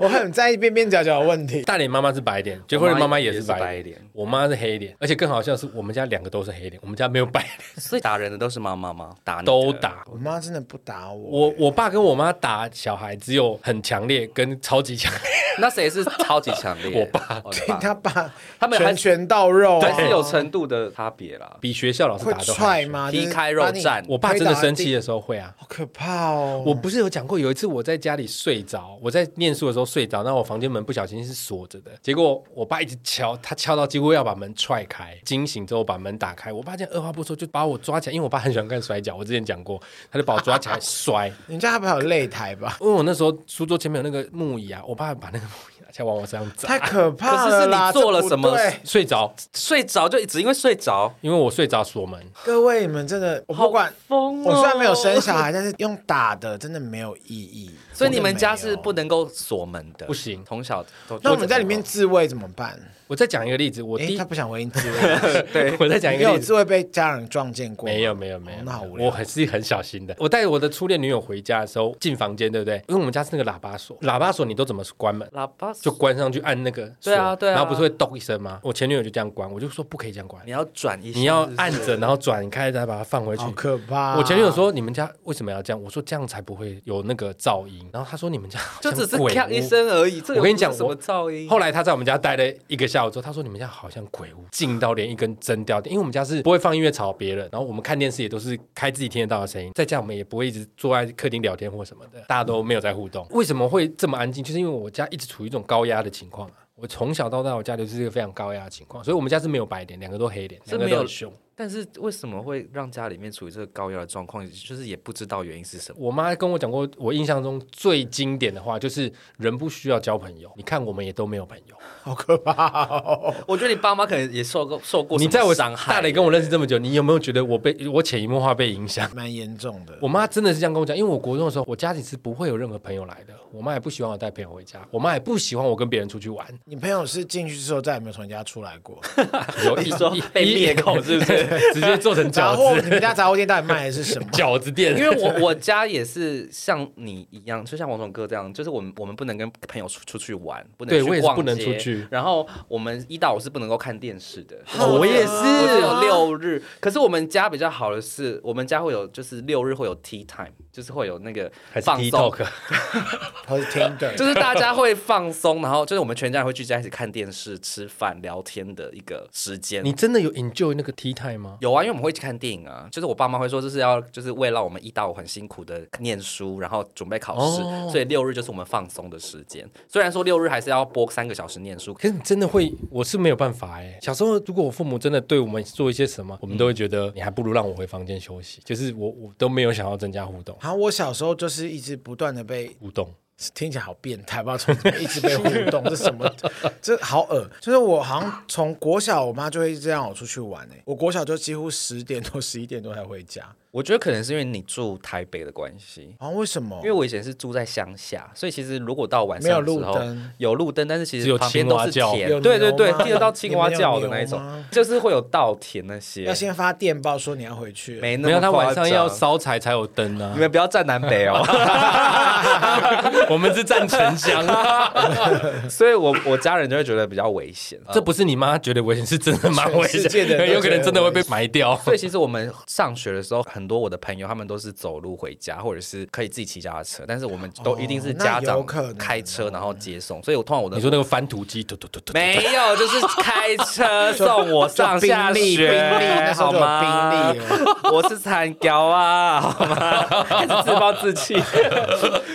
S2: 我很在意边边角角的问题。
S1: 大脸妈妈是白脸，结婚的妈妈也是
S3: 我妈
S1: 白
S3: 也是白
S1: 脸
S3: 脸，
S1: 我妈是黑脸，而且更好笑的是，我们家两个都是黑脸，我们家没有白脸，
S3: [laughs] 所以打人的都是妈妈吗？打你的
S1: 都打。
S2: 我妈真的不打我，
S1: 我我爸跟我妈打小孩只有很强烈跟超级强烈，
S3: 那谁是超级强烈？ [laughs]
S1: 我爸
S3: 哦，你
S2: 听他爸
S3: 他们还
S2: 拳拳到肉、啊，
S3: 还是有程度的差别啦。
S1: 比学校老师
S2: 会
S1: 打都还
S2: 踹
S1: 凶？
S2: 吗？
S3: 劈
S2: 就是
S3: 开肉
S2: 把你
S3: 绽
S1: 我爸真的生气的时候会啊。
S2: 好可怕哦！
S1: 我不是有讲过，有一次我在家里睡着，我在念书的时候睡着，那我房间门不小心是锁着的，结果我爸一直敲，他敲到几乎要把门踹开，惊醒之后把门打开，我爸这样二话不说就把我抓起来，因为我爸很喜欢看摔跤，我之前讲过，他就把我抓起来 [laughs] 摔，
S2: 你家还不还有擂台吧？
S1: 因为我那时候书桌前面有那个木椅啊，我爸把那个木椅拿起来往我身上砸，
S2: 太可怕
S3: 可是
S2: 了
S3: 是你
S2: 啦！
S3: 做了
S2: 这不
S3: 什么
S2: 对
S1: 睡着，
S3: 睡着就只因为睡着，
S1: 因为我睡着锁门，
S2: 各位，你们真的，我不管，
S3: 疯
S2: 我虽然没有生小孩，但是用打的真的没有意义。
S3: 所以你们家
S2: 真
S3: 是
S2: 的没有
S3: 不能够锁门的，
S1: 不行
S3: 从小都
S2: 那我们在里面自慰怎么办？
S1: 我再讲一个例子，我
S2: 哎、
S1: 第一
S2: 他，不想回应自
S3: [laughs]
S1: [laughs]
S2: 慰，
S1: 对，我再讲一
S2: 你
S1: 个
S2: 有
S1: 例子
S2: 自。慰被家人撞见过吗？
S1: 没有没有没有，
S2: 哦那好无
S1: 我
S2: 聊。
S1: 还是很小心的。我带我的初恋女友回家的时候，进房间对不对？因为我们家是那个喇叭锁，喇叭锁你都怎么关门？
S3: 喇叭
S1: 就
S3: 就
S1: 关上去按那个锁，
S3: 对啊对啊
S1: 然后不是会咚一声吗？我前女友就这样关，我就说不可以这样关
S3: 你，要转一下，
S1: 你要
S3: 是不是
S1: 按着，然后转开再把它放回去
S2: 好。可怕、啊
S1: 我前女友，说你们家为什么要这样？我说这样才不会有那个噪音。然后她说你们家好
S3: 就
S1: 像
S3: 只是
S1: 鬼
S3: 咔一
S1: 屋
S3: 声而已。这
S1: 我跟你讲
S3: 有什么
S1: 我
S3: 噪音？
S1: 后来他在我们家待了一个下午之后，他说你们家好像鬼屋，静到连一根针掉地因为我们家是不会放音乐吵别人，然后我们看电视也都是开自己听得到的声音，在家我们也不会一直坐在客厅聊天或什么的，大家都没有在互动。为什么会这么安静？就是因为我家一直处于一种高压的情况啊。我从小到大，我家就是一个非常高压的情况，所以我们家是没有白脸，两个都黑脸，
S3: 是
S1: 两个
S3: 没
S1: 都
S3: 有
S1: 很凶。
S3: 但是为什么会让家里面处于这个高压的状况？就是也不知道原因是什么。
S1: 我妈跟我讲过，我印象中最经典的话就是人不需要交朋友，你看我们也都没有朋友。
S2: 好可怕、哦！
S3: 我觉得你爸妈可能也受过受过
S1: 你在我
S3: 伤害，啊
S1: 大磊跟我认识这么久，你有没有觉得我被我潜移默化被影响？ [laughs]
S2: 蛮严重的。
S1: 我妈真的是这样跟我讲，因为我国中的时候，我家里是不会有任何朋友来的，我妈也不喜欢我带朋友回家，我妈也不喜欢我跟别人出去
S3: [laughs]
S1: 玩，
S2: 你朋友是进去之后再也没有从你家出来
S1: [laughs]
S2: 过？
S1: 有
S3: 你说被灭口是不是？
S1: [laughs] 直接做成
S2: 杂
S1: 饺
S2: 货，
S1: 子？
S2: 你们家杂货店到底卖的是什么
S1: 饺子店，
S3: 因为我我家也是像你一样，就像王总哥这样，就是我们我们不能跟朋友出出去玩，不能
S1: 对
S3: 去
S1: 我也是
S3: 逛
S1: 不能
S3: 街
S1: 出去
S3: 然后我们一到五是不能够看电视的，
S1: 我也是
S3: 我只有六日。可是我们家比较好的是，我们家会有就是六日会有 tea time，就是会有那个
S1: 还是
S3: 放松
S1: TikTok，
S2: 或是 Tinder？
S3: [laughs] 就是大家会放松，然后就是我们全家人会聚在一起看电视、吃饭、聊天的一个时间
S1: 你。真的有 enjoy 那个 tea time 吗？
S3: 有啊，因为我们会一起看电影啊，就是我爸妈会说，这是要就是为了我们一到五很辛苦的念书，然后准备考试，
S1: 哦
S3: 所以六日就是我们放松的时间。虽然说六日还是要播三个小时念书，
S1: 可是你真的会，我是没有办法哎、小时候如果我父母真的对我们做一些什么，我们都会觉得你还不如让我回房间休息，就是我我都没有想要增加互动
S2: 然后我小时候就是一直不断的被
S1: 互动。
S2: 听起来好变态，不知道从怎么一直被互动，这什么？这好恶！就是我好像从国小，我妈就会这样我出去玩诶、欸我国小就几乎十点多、十一点多才回家，
S3: 我觉得可能是因为你住台北的关系。
S2: 好像为什么
S3: 因？为我以前是住在乡下，所以其实如果到晚
S2: 没有
S3: 上的时
S2: 路
S3: 候
S2: 灯
S3: 有路灯，但是其
S1: 只有
S3: 实旁边都是
S1: 青蛙叫
S3: 田
S2: 有，
S3: 对对
S2: 牛
S3: 对，
S2: 吗
S3: 听得到青蛙
S2: 你们有
S3: 叫的那一种
S2: 牛吗，
S3: [laughs] 就是会有稻田那些。
S2: 要先发电报说你要回去，
S3: 没那
S1: 没有，
S3: 么
S1: 他晚
S3: 夸
S1: 上
S3: 张
S1: 要烧柴才有灯啊
S3: 你。们不要站南北哦。
S1: [laughs] 我们是站城乡。
S3: [laughs] 所以我我家人就会觉得比较危险。
S1: 这不是你妈觉得危险，是真的蛮危险，
S2: 全世界的人都
S1: 有可能真的会被埋掉。
S3: 所以其实我们上学的时候，很多我的朋友他们都是走路回家，或者是可以自己骑脚踏车，但是我们都一定是家
S2: 那有
S3: 长
S2: 可能
S3: 开车然后接送。所以我通常我的
S1: 你说那个翻土机，突突突突，
S3: [laughs] 没有，就是开车送我上下
S2: 就宾利
S3: 学，
S2: 宾利那时候
S3: 好
S2: 就有
S3: 吗
S2: 宾利？
S3: 我是残雕 [laughs] 啊，好吗？还是自暴自弃。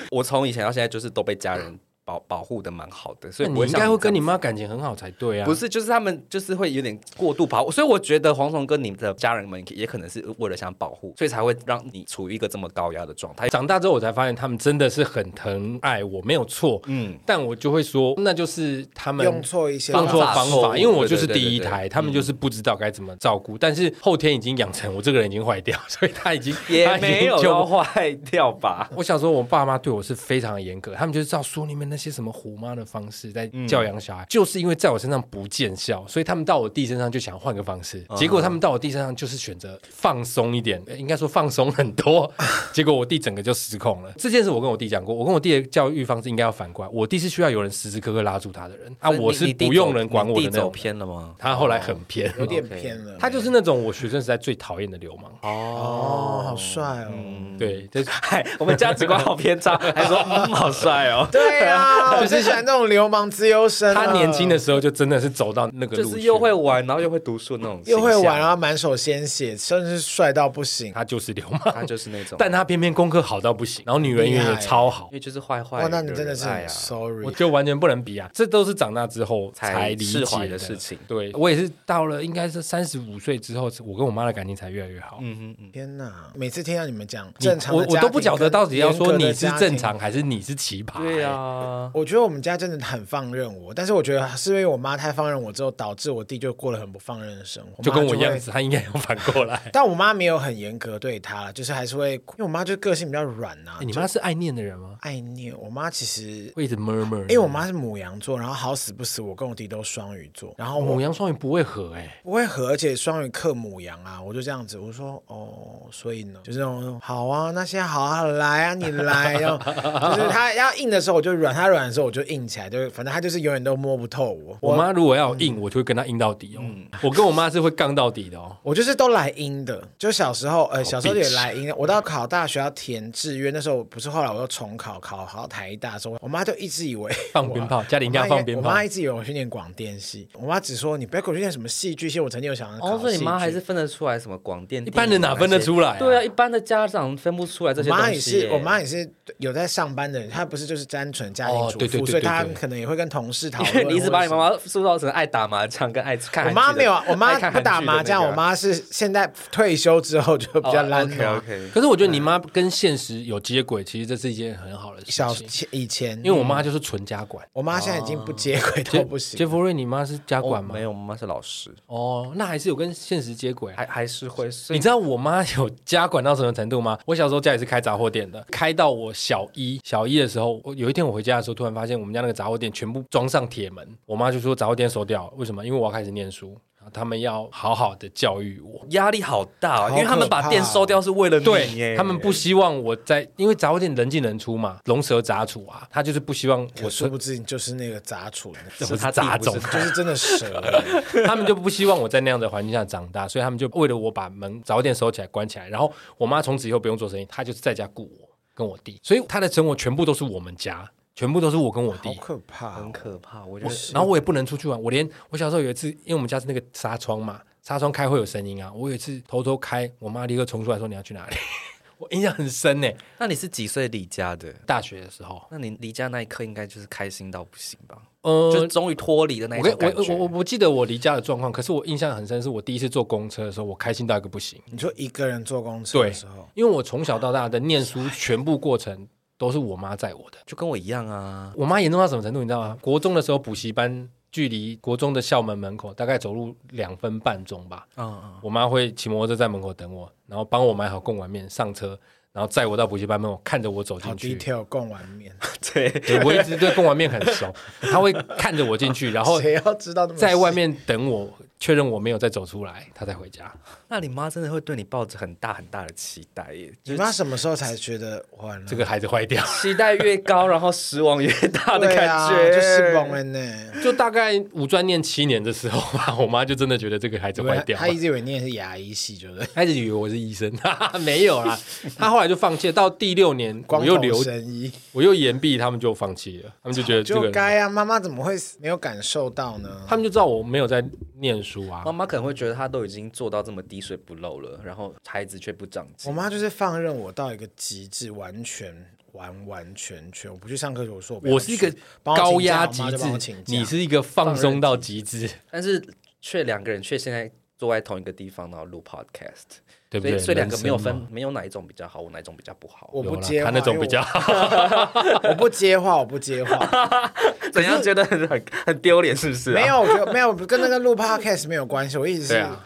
S3: 我从以前到现在就是都被家人。保保护的蛮好的，所
S1: 那
S3: 以
S1: 你
S3: 不会
S1: 应该
S3: 像
S1: 会
S3: 这样
S1: 跟你
S3: 子
S1: 妈感情很好才对啊。
S3: 不，是，就是他们就是会有点过度保护，所以我觉得黄虫哥你的家人们也可能是为了想保护，所以才会让你处于一个这么高压的状态。
S1: 长大之后我才发现他们真的是很疼爱我，没有错。
S3: 嗯，
S1: 但我就会说，那就是他们
S2: 用错一些
S1: 用错
S2: 法
S1: 方
S3: 错
S1: 法，
S3: 误
S1: 因为我就是
S3: 对对
S1: 第一
S3: 对对
S1: 胎，他们就是不知道该怎么照顾。但是后天已经养成我这个人已经坏掉，所以他已经
S3: [laughs] 也
S1: 他已经
S3: 没有
S1: 就
S3: 要坏掉吧？ [laughs]
S1: 我小时候，我爸妈对我是非常严格，他们就是照书里面那些什么虎妈的方式在
S3: 嗯
S1: 教养小孩，就是因为在我身上不见效，所以他们到我弟身上就想换个方式，
S3: 啊
S1: 结果他们到我弟身上就是选择放松一点，呃应该说放松很
S3: [laughs]
S1: 多，结果我弟整个就失控了。这件事我跟我弟讲过，我跟我弟的教育方式应该要反过来，我弟是需要有人时时刻刻拉住他的人啊，
S3: 所以你
S1: 我是
S3: 你弟
S1: 不用
S3: 走
S1: 人管我
S3: 你
S1: 的
S3: 弟
S1: 那
S3: 走
S1: 种。
S3: 偏了 [laughs] 哦吗？
S1: 他后来很偏，
S2: 有点偏了。
S1: 他就是那种我学生时代最讨厌的流氓。
S3: [laughs]
S2: 哦，好帅哦。
S3: 嗯
S1: 对，这
S3: 嗨，我们价值观好偏差，还 [laughs] 说嗯好帅哦。
S2: 对
S3: [laughs]
S2: 啊，我最喜欢这种流氓资优生啊了。
S1: 他年轻的时候就真的是走到那个路
S3: 就
S1: 线，
S3: 是又会玩，然后又会读书那种，
S2: 又会玩，然，后满手鲜血，真的是帅到不行。
S1: 他就是流
S3: 他
S1: 氓，
S3: 就是那
S2: [laughs]
S3: 种，
S1: [laughs] 但他偏偏功课好到不行，然后女人缘
S2: 啊
S1: 也超好
S3: 因，为就是坏坏
S2: 哇，
S3: 的人爱啊。
S2: 那你真的是很
S1: 哎我
S2: sorry。
S1: 就完全不能比啊！这都是长大之后
S3: 才
S1: 才理
S3: 释
S1: 解
S3: 怀的事情
S1: 对我也是到了应该是三十五岁之后，我跟我妈的感情才越来越好。
S3: 嗯哼嗯，
S2: 天哪！每次听到你们讲正常
S1: 我
S2: 的家庭
S1: 我都不晓得
S2: 跟
S1: 到底要说
S2: 严格
S1: 你
S2: 的
S1: 是
S2: 家
S1: 正
S2: 庭
S1: 常还是你是奇葩、
S3: 对啊，
S2: 我觉得我们家真的很放任我，但是我觉得是因为我妈太放任我之后，导致我弟就过了很不放任的生活，
S1: 哎就跟我一样
S2: 妈会
S1: 子，他应该要反过
S2: [laughs]
S1: 来。
S2: 但我妈没有很严格对他，就是还是会，因为我妈就个性比较软呐、
S1: 哎你妈是爱念的人吗？
S2: 爱念。我妈其实，
S1: 会一直 murmur。
S2: 哎因为我妈是母羊座，然后好死不死，我跟我弟都双鱼座，然后我
S1: 母羊双鱼不会合哎、
S2: 不会合，而且双鱼克母羊啊，我就这样子，我说哦，所以呢，就是那种好啊，那现在好啊，来啊，你来，然后
S3: [laughs]
S2: 就是他要硬的时候我就软，他软的时候我就硬起来，就是反正他就是永远都摸不透我，
S1: 我
S2: 我嗯
S1: 妈如果要硬，我就会跟她硬到底哦。我跟我妈是会杠到底的
S2: [laughs]
S1: 哦。
S2: 我就是都来音的，就小时候，呃，小时候也
S1: bitch
S2: 来音的。我到考大学要填志愿，那时候不是后来我又重考，考考到台大的时候，我妈就一直以为
S1: 放鞭炮，家里应
S2: 我妈
S1: 该
S2: 以
S1: 放
S2: 为
S1: 鞭
S2: 我
S1: 炮
S2: 妈。一直以为我去念广电系，我妈只说你不要给我去念什么戏剧系，我曾经有想要考
S3: 哦，所以你妈还
S2: 戏剧
S3: 是分得出来什么广电？啊
S1: 一般人哪分得出来啊
S3: 电影那些对啊，一般的家长分不出来这些
S2: 我
S3: 东西
S2: 妈也是
S3: 耶，
S2: 我妈也是有在上班的人，她不是就是单纯家庭
S1: 哦
S2: 主妇，
S1: 对对对
S2: 所以
S1: 对
S2: 她
S1: 对
S2: 可能也会跟同事讨
S3: [laughs] 因
S2: 论。
S3: 为你一直把你妈。妈塑造成爱打 [laughs] 麻将跟爱看
S2: 我
S3: 韩剧的。
S2: 妈没有啊，我妈
S3: 爱看
S2: 不
S3: 韩剧的
S2: 打麻将，
S3: 那个哦
S2: 我妈是现在退休之后就比较懒啊惰。
S3: OK，
S1: 可是我觉得你妈跟现实有接轨，其实这是一件很好的事
S2: 小
S1: 情。
S2: 以前，
S1: 因为我妈就是哦纯家管，
S3: 嗯
S2: 我妈现在已经不接轨到
S1: 杰
S2: 不行
S1: 杰。弗瑞，你妈是家管吗
S3: 哦没？有，我妈是
S2: [laughs]
S3: 老师，
S1: 哦，那还是有跟现实接轨啊。
S3: 还还是会是
S1: 你知道我妈有家管到什么程度吗？我小时候家里是开杂货店的，开到我小一小一的时候，我有一天我回家的时候，突然发现我们家那个杂货店全部装上铁门，我妈就说杂货店收掉，为什么？因为我要开始念书，然后他们要好好的教育我。
S3: 压力好大哦，因为他们把
S2: 好可怕啊
S3: 店收掉是为了你
S1: 对
S3: 耶，
S1: 他们不希望我在，因为杂货店人进人出嘛，龙蛇杂处啊，他就是不希望
S2: 我
S1: 我
S2: 殊
S1: 是，
S2: 不知你就是那个杂处，
S3: 是他
S1: 杂
S3: 自己不
S1: 种
S3: 是，
S2: 就是真的蛇。
S1: [laughs] 他们就不希望我在那样的环境下长大，所以他们就为了我把门早点收起来关起来，然后我妈从此以后不用做生意，她就是在家顾我跟我弟，所以她的生活全部都是我们家，全部都是我跟我
S2: 好
S1: 弟。
S2: 可怕哦、
S3: 很可怕，我觉得。
S1: 然后我也不能出去啊玩，我连我小时候有一次，因为我们家是那个纱窗嘛，纱窗开会有声音啊，我有一次偷偷开，我妈立刻冲出来说你要去哪里， [laughs] 我印象很深呢、
S3: 那你是几岁离家的？
S1: 大学的时候，
S3: 那你离家那一刻应该就是开心到不行吧？
S1: 呃，
S3: 就终于脱离的那一
S1: 我
S3: 种
S1: 跟
S3: 感
S1: 我
S3: 觉。
S1: 我我不记得我离家的状况，可是我印象很深，是我第一次坐公车的时候，我开心到一个不行，
S2: 你说一个人坐公车的时候，
S1: 因为我从小到大的念书全部过程都是我妈载我的。
S3: 就跟我一样啊，
S1: 我妈严重到什么程度，你知道吗？国中的时候补习班距离国中的校门门口大概走路两分半钟吧，
S3: 嗯嗯，
S1: 我妈会骑摩托车在门口等我，然后帮我买好贡丸面，上车，然后载我到补习班门口，看着我走
S2: 好
S1: 进去。
S2: detail 贡丸面，
S3: [laughs] 对，
S1: 对我一直对贡丸面很熟，她会看着我进去，然后
S2: [laughs] 谁要知道那么细
S1: 在外？面等我，确认我没有再走出来，她才回家。
S3: 那你妈真的会对你抱着很大很大的期待耶，
S2: 你妈什么时候才觉得完了？
S1: 这个孩子坏掉。 [laughs]
S3: 期待越高，然后失望越大的
S2: 对
S3: 感
S2: 啊，
S3: 觉，
S2: 就是忘了呢。
S1: 就大概五专念七年的时候吧， [laughs] 我妈就真的觉得这个孩子坏掉
S2: 啊她一直以为你也是牙医系，就是
S1: 开始以为我是医生， [laughs] 哈哈，没有
S2: [laughs]
S1: 啦。她后来就放弃了，到第六年
S2: 光
S1: 我又留
S2: 头，神医，
S1: 我又延毕，他们就放弃了，他们就觉得这
S2: 就
S1: 个，嗯
S2: 该啊！妈妈怎么会没有感受到呢？
S1: 他们就知道我没有在念书啊
S3: 妈。妈可能会觉得她都已经做到这么滴水不漏了，然后孩子却不长
S2: 我
S3: 进。
S2: 妈就是放任我到一个极致，完全完完全全，我不去上课，我说我不要
S1: 我是一个
S2: 去帮我请假
S1: 高压
S2: 我
S1: 极
S2: 妈就帮我
S1: 致
S2: 请，假
S1: 你是一个放松到极致，
S3: 但是却两个人却现在坐在同一个地方，然后录 podcast，
S1: 对不
S3: 所以
S1: 对？
S3: 所以两个没有
S1: 人生
S3: 分
S1: 嘛，，
S3: 没有哪一种比较好，我哪一种比较不好。
S2: 我不
S1: 有啦
S2: 接话
S1: 他那种
S2: 因为
S1: 比 [laughs] 较啊好。
S2: [laughs] 我不接话，我不
S1: [laughs]
S2: 接话，
S3: 怎样觉得很很很丢脸，是不是、啊？
S2: 没有，我觉得没有跟那个录 podcast 没有关系，我一直是。
S3: 对啊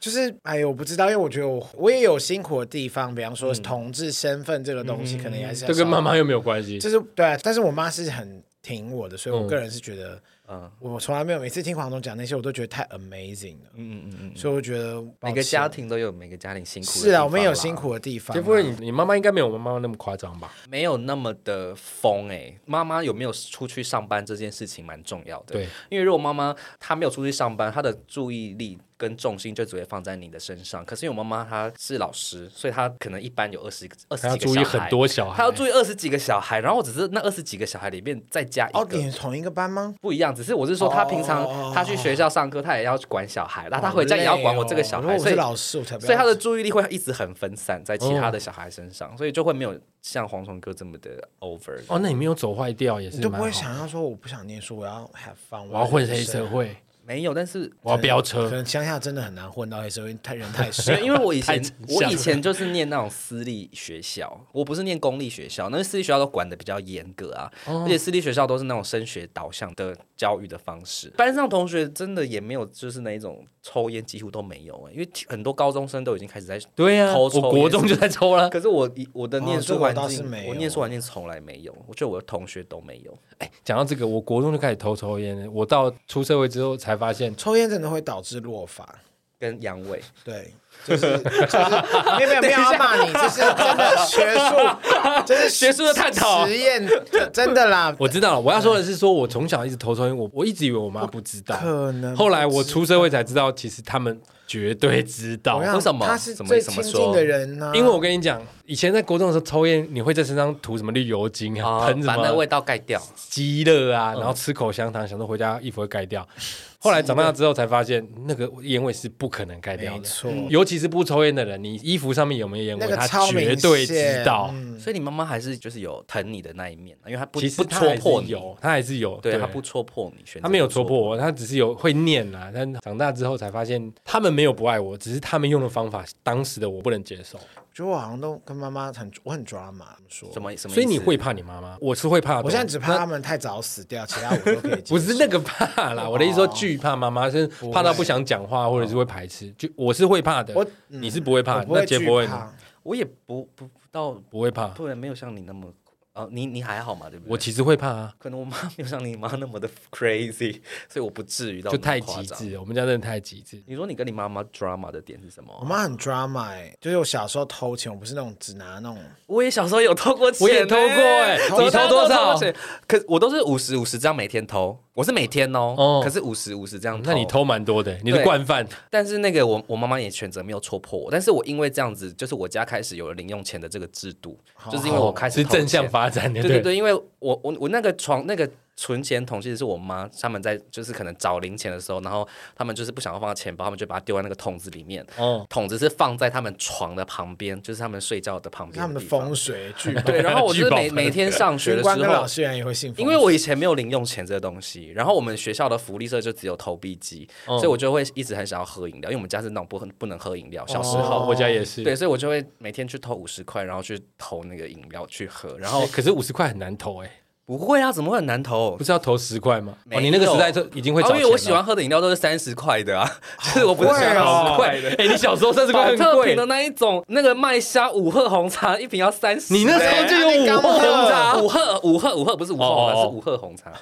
S2: 就是，哎呦，我不知道，因为我觉得我我也有辛苦的地方，比方说同志身份这个东西，可能也还是要
S1: 嗯这跟
S2: 稍
S1: 妈妈又没有关系。
S2: 就是对、啊，但是我妈是很挺我的，所以我个人是觉得，
S3: 嗯
S2: 我从来没有每次听黄总讲那些，我都觉得太 amazing 了，
S3: 嗯嗯嗯嗯，
S2: 所以我觉得
S3: 每个家庭都有每个家庭辛苦的地方
S2: 是
S3: 啦，
S2: 啊，我们也有辛苦的地方、啊
S1: 杰夫，你你妈妈应该没有我妈妈那么夸张吧？
S3: 没有那么的疯哎、妈妈有没有出去上班这件事情蛮重要的。
S1: 对，
S3: 因为如果妈妈她没有出去上班，她的注意力跟重心就只会放在你的身上。可是因为我妈妈她是老师，所以她可能一班有二十二十
S1: 她要
S3: 几个
S1: 注意
S3: 小孩，
S1: 很多
S2: 啊
S1: 小孩，
S3: 她要注意二十几个小孩，然后我只是那二十几个小孩里面再加一
S2: 哦，
S3: 个。
S2: 你是同一个班吗？
S3: 不一样，只是我是说，她平常
S2: 哦
S3: 她去学校上课，她也要去管小孩，那她啊回家也要管我这个小
S2: 哦如果
S3: 孩，
S2: 我
S3: 所以
S2: 是老哦师，我才不要
S3: 所以他的注意力会一直很分散在其他的小孩身上，所以就会没有像蝗虫哥这么的 over。
S1: 哦，那你没有走坏掉也
S2: 你
S1: 是
S2: 就不
S1: 蛮好
S2: 会。想要说我不想念书，我要 have fun，
S1: 我要混黑社会，
S3: 没有，但是
S1: 我要飙
S2: 可
S1: 车，
S2: 能乡下真的很难混到黑社会，因为太人
S3: [laughs]
S2: 太少
S3: 因。为因为我以前
S1: 太真
S3: 我
S1: 相
S3: 以
S1: 了
S3: 前就是念那种私立学校，我不是念公立学校，那私立学校都管的比较严格啊，
S1: 哦
S3: 而且私立学校都是那种升学导向的教育的方式。班上同学真的也没有，就是那一种抽烟几乎都没有、欸，因为很多高中生都已经开始在
S1: 对呀，
S3: 偷
S1: 我
S3: 抽
S1: 国
S3: 烟
S1: 中就在抽了。
S3: 可是我以我的
S2: 哦
S3: 念
S2: 这
S3: 书
S2: 个
S3: 环
S2: 倒是
S3: 境，
S2: 没
S3: 我念
S2: 有
S3: 书环境从来没有，我觉得我的同学都没有。
S1: 讲到这个，我国中就开始偷抽烟了。我到出社会之后才发现，
S2: 抽烟真的会导致落发，
S3: 跟阳痿，
S2: 对，就是就是没有没有没有要骂你，这是真的学术，这是
S1: 学术的探讨
S2: 实验，真的啦，
S1: 我知道了。我要说的是，说我从小一直偷抽烟，我我一直以为我妈不知道，
S2: 可能
S1: 后来我出社会才知道，其实他们绝对知道
S2: 我。想
S3: 为什么
S2: 他是
S3: 怎么
S2: 最
S3: 怎
S2: 亲
S3: 么
S2: 近
S3: 说
S2: 的人啊呢、
S1: 因为我跟你讲，以前在国中的时候抽烟，你会在身上涂什么绿油精啊，
S3: 啊
S1: 喷什
S3: 把那
S1: 么
S3: 味道盖掉。
S1: 鸡乐啊，然后吃口香糖，想说回家衣服会盖掉。后来长大之后才发现，那个烟味是不可能盖掉
S2: 没
S1: 的。
S2: 错，
S1: 尤其是不抽烟的人，你衣服上面有没有烟
S2: 那
S1: 味，
S2: 个
S1: 他
S2: 超
S1: 绝
S2: 明
S1: 对
S2: 显
S1: 知道。
S2: 嗯
S3: 所以你妈妈还是就是有疼你的那一面，因为她不
S1: 其实
S3: 不
S1: 他
S3: 戳
S1: 还
S3: 破
S1: 是
S3: 你，
S1: 有，他还是有，
S3: 对她不戳破你，选择
S1: 他没有
S3: 不
S1: 戳破我，他只是有会念啊。但长大之后才发现，他们没有不爱我，只是他们用的方法，当时的我不能接受。
S2: 我觉得我好像都跟妈妈很，我很抓马，怎么说？
S3: 什么什么意思，
S1: 所以你会怕你妈妈？我是会怕的。
S2: 我现在只怕他们太早死掉，其他我都可以接
S1: [laughs]
S2: 受。
S1: 不是那个怕
S2: 哦
S1: 啦，我的意思说惧怕妈妈是怕到不想讲话，或者是会排斥。就我是会怕的，
S2: 我嗯
S1: 你是不会怕，
S2: 我不
S1: 那
S2: 会
S1: 杰
S2: 惧
S1: 不会，
S2: 怕，
S3: 我也不不不到，
S1: 不会怕。
S3: 不然没有像你那么呃，你你还好嘛，对不对？
S1: 我其实会怕啊，
S3: 可能我妈没有像你妈那么的 crazy，所以我不至于到
S1: 就
S3: 那么
S1: 太
S3: 夸
S1: 极
S3: 张。
S1: 致，我们家真的太极致。
S3: 你说你跟你妈妈 drama 的点是什
S2: 我
S3: 么？
S2: 妈很 drama 哎、就是我小时候偷钱，我不是那种只拿那种，
S3: 我也小时候有偷过钱欸，
S1: 我也偷过欸
S3: 怎么
S1: 你偷
S3: 大家都
S1: 多少
S3: 过钱？可我都是五十五十这样每天偷，我是每天哦，
S1: 哦
S3: 可是五十五十这样。
S1: 那你偷蛮多的，你是
S3: 对
S1: 惯犯。
S3: 但是那个我我妈妈也选择没有戳破我，但是我因为这样子，就是我家开始有了零用钱的这个制度，就是因为我开始
S1: 哦是
S3: 偷钱
S1: 正向发展的，
S3: 对对对，因为我我我那个床那个存钱筒其实是我妈他们在就是可能找零钱的时候，然后他们就是不想要放在钱包，他们就把它丢在那个桶子里面，
S1: 哦，
S3: 桶子是放在他们床的旁边，就是他们睡觉的旁边
S2: 他们的
S3: 地方
S1: [laughs]
S2: 风水剧
S3: 对，然后我就是
S1: 聚宝
S3: 每
S1: 盆
S3: 每天上学
S2: 军
S3: 的时
S2: 官跟老
S3: 候，
S2: 师员也会信奉。
S3: 因为我以前没有零用钱这个东西，然后我们学校的福利社就只有投币机，
S1: 嗯
S3: 所以我就会一直很想要喝饮料，因为我们家是那种不不能喝饮料，小时
S1: 是
S3: 候。
S1: 好，我家也是。
S3: 哦对，所以我就会每天去投五十块，然后去投那个饮料去喝，然
S1: 然 [laughs] 后
S3: 后
S1: 哦可是五十块很难投哎，
S3: 不会啊，怎么会很难投
S1: 不？是要投十块吗？
S3: 没
S1: 哦，
S3: 有
S1: 你那个时代就已经会找
S3: 啊
S1: 钱
S3: 因
S1: 了。
S3: 为我喜欢喝的饮料都是三十块的 [laughs] 啊，就是我不是喜欢
S2: 好贵哦
S3: 五十块的。
S1: 哎，你小时候三十块
S3: 保
S1: 很
S3: 特
S1: 贵
S3: 瓶的，那一种，那个麦香五鹤红茶一瓶要三十。
S1: 你那时候就有五后
S2: 哎你干
S3: [laughs]
S2: 嘛
S1: 红茶，
S3: 五鹤五鹤五鹤不是五鹤红茶，
S1: 哦
S3: 是五鹤红茶。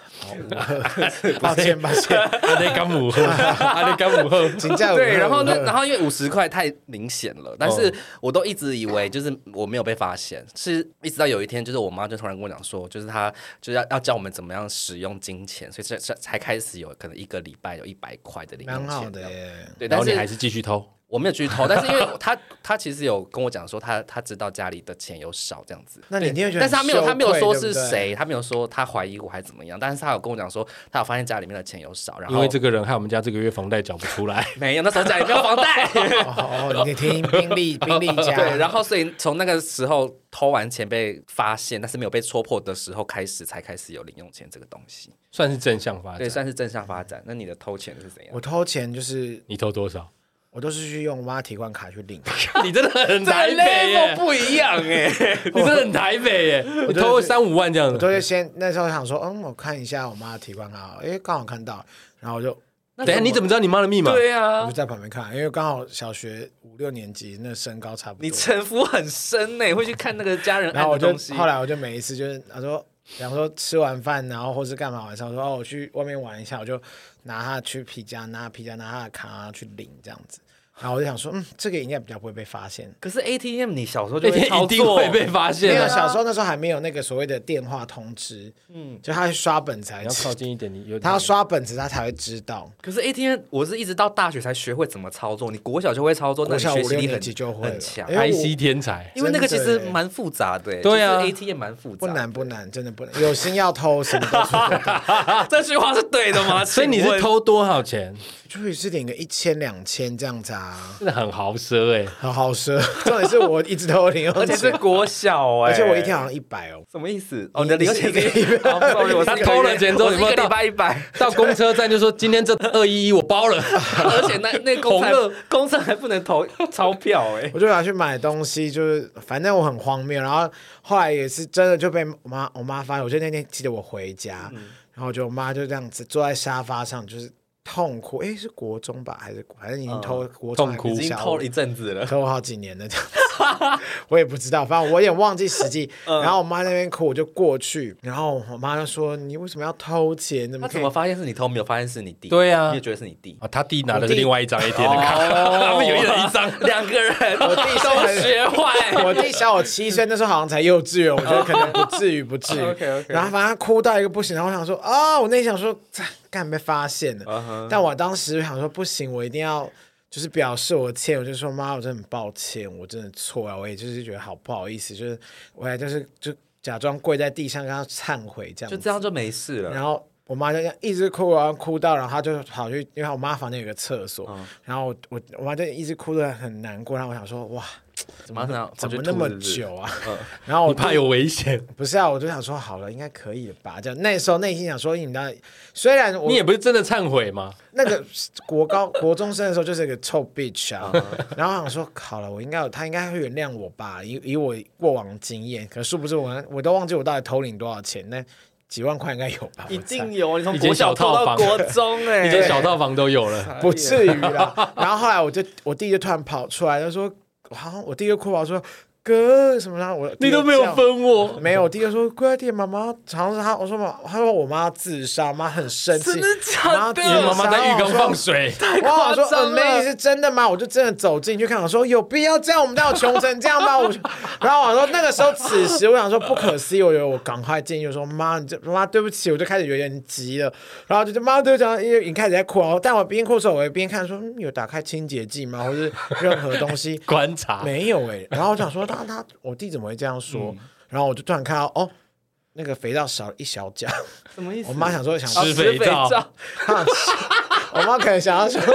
S3: [laughs]
S2: 抱歉抱歉，
S1: 阿内干母后，阿内干母后。
S2: 请假
S3: 对，然后
S2: 呢
S1: 嗯
S3: 呢，？然后因为五十块太明显了，但
S1: 哦
S3: 是我都一直以为就是我没有被发现，是一直到有一天，就是我妈就突然跟我讲说，就是她就是要要教我们怎么样使用金钱，所以这这才开始有可能一个礼拜有一百块的零用
S2: 蛮好
S3: 钱
S2: 的
S3: 这样。
S2: 耶，
S3: [laughs] 对，
S1: 然
S3: 但
S1: 后你
S3: 是
S1: 还是继续偷，
S3: 我没有去偷，但是因为他他其实有跟我讲说他他知道家里的钱有少这样子，
S2: 那你一定会觉得
S3: 但
S2: 很
S3: 是他没有
S2: 羞愧
S3: 他没有说是
S2: 对不对
S3: 谁，他没有说他怀疑我还是怎么样，但是他有跟我讲说他有发现家里面的钱有少，然
S1: 因
S3: 后
S1: 为这个人害我们家这个月房贷缴不出来。
S3: 没有那时候家里没有房贷，
S2: 哦，你听宾利宾利家，
S3: [laughs] 对，然后所以从那个时候偷完钱被发现，但是没有被戳破的时候开始，才开始有零用钱这个东西，
S1: 算是正向发
S3: 对，
S1: 展。
S3: 算是正向发展。那你的偷钱是怎样？
S2: 我偷钱就是
S1: 你偷多
S3: [laughs]
S1: 少？
S2: 我都是去用我妈提款卡去领，
S1: 你真的很
S3: 这
S1: 台北
S3: level
S1: 耶！
S3: 不一样哎、
S1: 你真的很台北耶！你偷三五万这样
S2: 我都
S1: 子。
S2: 会先那时候想说，嗯，我看一下我妈的提款卡，诶，刚好看到，然后我就
S1: 等一下你怎么知道你妈的密码？
S3: 对
S2: 我
S3: 啊
S2: 就，在旁边看，因为刚好小学五六年级那身高差不多，
S3: 你城府很深呢、会去看那个家 [laughs] 人
S2: 然后
S3: 按
S2: 我
S3: 的
S2: 就
S3: 东西。
S2: 后来我就每一次就是，他说，比方说吃完饭，然后或是干嘛，晚上我说哦，我去外面玩一下，我就拿他去皮夹，拿他皮夹，拿他的卡啊去领这样子。然后我就想说，嗯，这个应该比较不会被发现。
S3: 可是 ATM 你小时候
S2: [laughs]
S3: 就
S1: 那
S3: 会
S1: 天 [laughs]
S3: 操
S1: 一定
S3: 作
S1: 会，被发
S2: 没
S3: 啊
S1: 现啊
S2: 有，
S1: 的。
S2: 小时候那时候还没有那个所谓的电话通知，嗯，就他去刷本子才
S1: 你要
S2: 知，
S1: 靠近一点，你有
S2: 他要刷本子他才会知道。
S3: 可是 ATM 我是一直到大学才学会怎么操作，你国小就会操作，那
S2: 国
S3: 你
S2: 小
S3: 学
S2: 五
S3: 习
S2: 六
S3: 力
S2: 年
S3: 很
S2: 级就会了
S3: 很强
S2: 哎。因为我
S1: IC 天才。
S3: 因为那个其
S2: 真
S3: 实
S2: 的耶
S3: 蛮复杂的、欸，
S1: 对啊
S3: 就是，ATM 蛮复杂
S2: 不
S3: 的，
S2: 难不难，真的不难。有心要偷，什么
S3: [laughs]
S2: 都出得到。
S3: 啊， [laughs] 这句话是对的
S2: [laughs]
S3: 吗？
S1: 所以你
S3: 请问
S1: 是偷多少钱？
S2: 就是是领个一千两千这样子啊，
S1: 真的很豪奢哎！
S2: 很好奢。 [laughs] 重点是我一直都有零用钱，
S3: 而且是国小哎、
S2: 而且我一天好像一百哦，
S3: 什么意思？哦，你的零用钱
S2: [laughs] 你是一个
S3: 是哦，sorry，我是
S1: 他
S3: 一个
S1: 偷了钱之后
S3: 我是一
S1: 有没
S3: 个
S1: 有到
S3: 礼拜一百，
S1: [laughs] 到公车站就说今天这二一一我包 [laughs] 了，
S3: [laughs] 而且那那
S1: 红
S3: 公
S1: 了
S3: 司公司还不能投 [laughs] 钞票哎、
S2: 我就拿去买东西，就是反正我很荒谬。然后后来也是真的就被我妈我妈发现，我就那天记得我回家，
S3: 嗯
S2: 然后我就我妈就这样子坐在沙发上，就是痛哭。诶，是国中吧，还是反正已经偷国中
S1: 痛
S2: 还
S1: 哭
S2: 是
S3: 嗯已经
S2: 小
S3: 偷了一阵子了。
S2: 偷好几年了这样子，我也不知道，反正我有点忘记实
S3: [laughs]
S2: 际。
S3: 嗯
S2: 然后我妈在那边哭，我就过去，然后我妈就说：“你为什么要偷钱？怎
S3: 他
S2: 么可
S3: 怎
S2: 以
S3: 么发现是你偷？没有发现是你弟？
S1: 对啊
S3: 你也觉得是你弟。
S1: 啊，他弟拿的是另外一
S2: 哦
S1: 张 ATM 的
S2: [laughs]
S1: 卡，
S3: 他
S1: 他们有一人
S3: 人
S1: 一张。
S3: 两个人，
S2: 我弟是
S3: 都
S2: 很
S3: 学
S2: [laughs]
S3: 坏。
S2: 我弟小我七岁，那时候好像才幼稚园，我觉得可能不至于，不
S3: [laughs]
S2: 至于。
S3: 哦 OK，OK
S2: 然后反正他哭到一个不行，然后我想说啊、我内心想说，干干被发现了。
S3: 嗯
S2: 但我当时想说不行，我一定要就是表示我歉，我就说妈，我真的很抱歉，我真的错哎了，我也就是觉得好不好意思，就是我也就是就假装跪在地上跟他忏悔这样
S3: 就
S2: 子。
S3: 这样就没事了。
S2: 然后我妈就这样一直哭，然后哭到，然后她就跑去，因为我妈房间有个厕所，
S3: 嗯
S2: 然后我我我妈就一直哭的很难过，然后我想说哇，
S3: 怎么样？
S2: 怎
S3: 跑去
S1: 哦
S2: 么
S3: 吐
S2: 那么
S3: 是不是？
S2: 久啊？ [laughs] 然后我
S1: 嗯你怕有危险，
S2: 不是啊，我就想说好了，应该可以了吧？这样那时候内心想说，你知道，虽然我
S1: 你也不是真的忏悔吗？
S2: 那个国高国中生的时候就是个臭 bitch 啊，
S1: 嗯
S2: [laughs] 然后我想说好了，我应该有他应该会原谅我吧？以以我过往经验，可殊不知我我都忘记我到底偷领多少钱，那几万块应该有吧？
S3: 一
S2: 我猜
S3: 定有，你从
S1: 以前
S3: 国小
S1: 小套
S3: 偷到
S1: 房
S3: 国中哎，
S1: 你连小套房都有了，
S2: 不至于啦。然后后来我就我弟就突然跑出来，他说：“好、像我弟就哭啊，说哥什么啦，我弟
S1: 你
S2: 就
S1: 都没
S2: 这
S1: 有
S2: 样。
S1: 分我。
S2: 没有，我弟就说快点，妈妈，尝试他。我说妈，他说我妈自杀，妈很生气。
S3: 真的
S2: 然
S3: 假
S2: 后
S3: 的？
S1: 你妈妈在浴缸放
S2: 水。
S1: 水，
S2: 哇！我说
S3: 夸张了
S2: amazing 是真的吗？我就真的走进去看，我说有必要这样？我们家有穷成这样吗？我就，然后我说那个时候此时我想说不可思议，我以为我赶快进去我说妈，你这妈对不起，我就开始有点急了，然后就妈对不起，因为已经开始在哭了，但我边哭的时候我一边看说、嗯有打开清洁剂吗？或是任何东西
S1: 观
S3: 啊
S1: 察。
S2: 没有哎、然后我想说他他我弟怎么会这样
S3: 嗯
S2: 说？然后我就突然看到哦。那个肥皂少了一小
S3: [laughs]
S2: 角，
S3: 什么意思？
S2: 我妈想说想
S1: 吃肥皂
S2: 他想吃， [laughs] 我妈可能想要说吃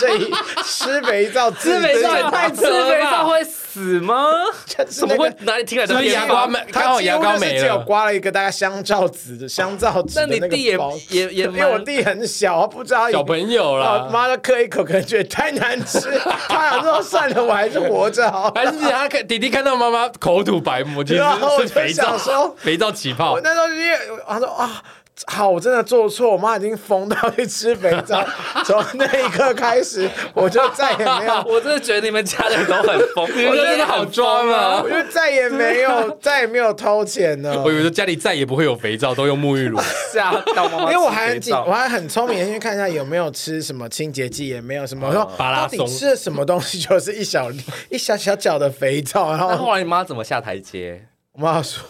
S2: 这一吃肥皂，
S3: 吃肥
S2: 自
S3: 皂
S2: 己
S3: 也太扯了吧，吃肥皂会死吗？
S2: [laughs] 就是
S3: 怎
S2: 那个
S3: 么会哪里听来的
S1: 所以
S3: 偏
S1: 牙膏
S3: 方？
S1: 没
S2: 他
S1: 刚好牙膏没
S2: 几乎就是只有
S1: 了。
S2: 刮了一个大概香皂纸的香皂纸
S3: 那
S2: 的
S3: 你
S2: 个
S3: 弟也
S2: 包
S3: 也也
S2: 因为我
S3: 蛮，
S2: 弟很小，不知道
S1: 小朋友
S2: 然
S1: 啦
S2: 后，啊妈的嗑一口，可能觉得太难吃，他想说算了，我还是活着好了。
S1: 还是他看弟弟看到妈妈口吐白沫，其实
S2: 然后我
S1: 是
S2: 就
S1: 肥皂
S2: 想说，
S1: 肥皂起泡
S2: 我。那时候就因为他说啊。好，我真的做错，我妈已经疯到去吃肥
S1: [laughs]
S2: 皂。从那一刻开始，我就再也没有
S3: 我真的觉得你们家人都很疯，你
S1: 们家 [laughs] 真的好装啊
S2: 我就再也没
S1: [laughs]
S2: 有，再也没有偷钱了。
S1: 我以为说家里再也不会有肥皂，都用沐浴乳。
S3: 吓到妈妈
S2: 因
S3: 吃
S2: 为我还很
S3: 肥
S2: 紧，
S3: 皂
S2: 我还很聪明，先去看一下有没有吃什么清洁剂，也没有什么。我说
S1: 巴拉
S2: 到
S1: 哦松
S2: 底吃
S1: [laughs]
S2: 了什么东西，就是一小一小小角的肥皂，然
S3: 那
S2: 后
S3: 后来你妈怎么下台阶？
S2: 我妈说，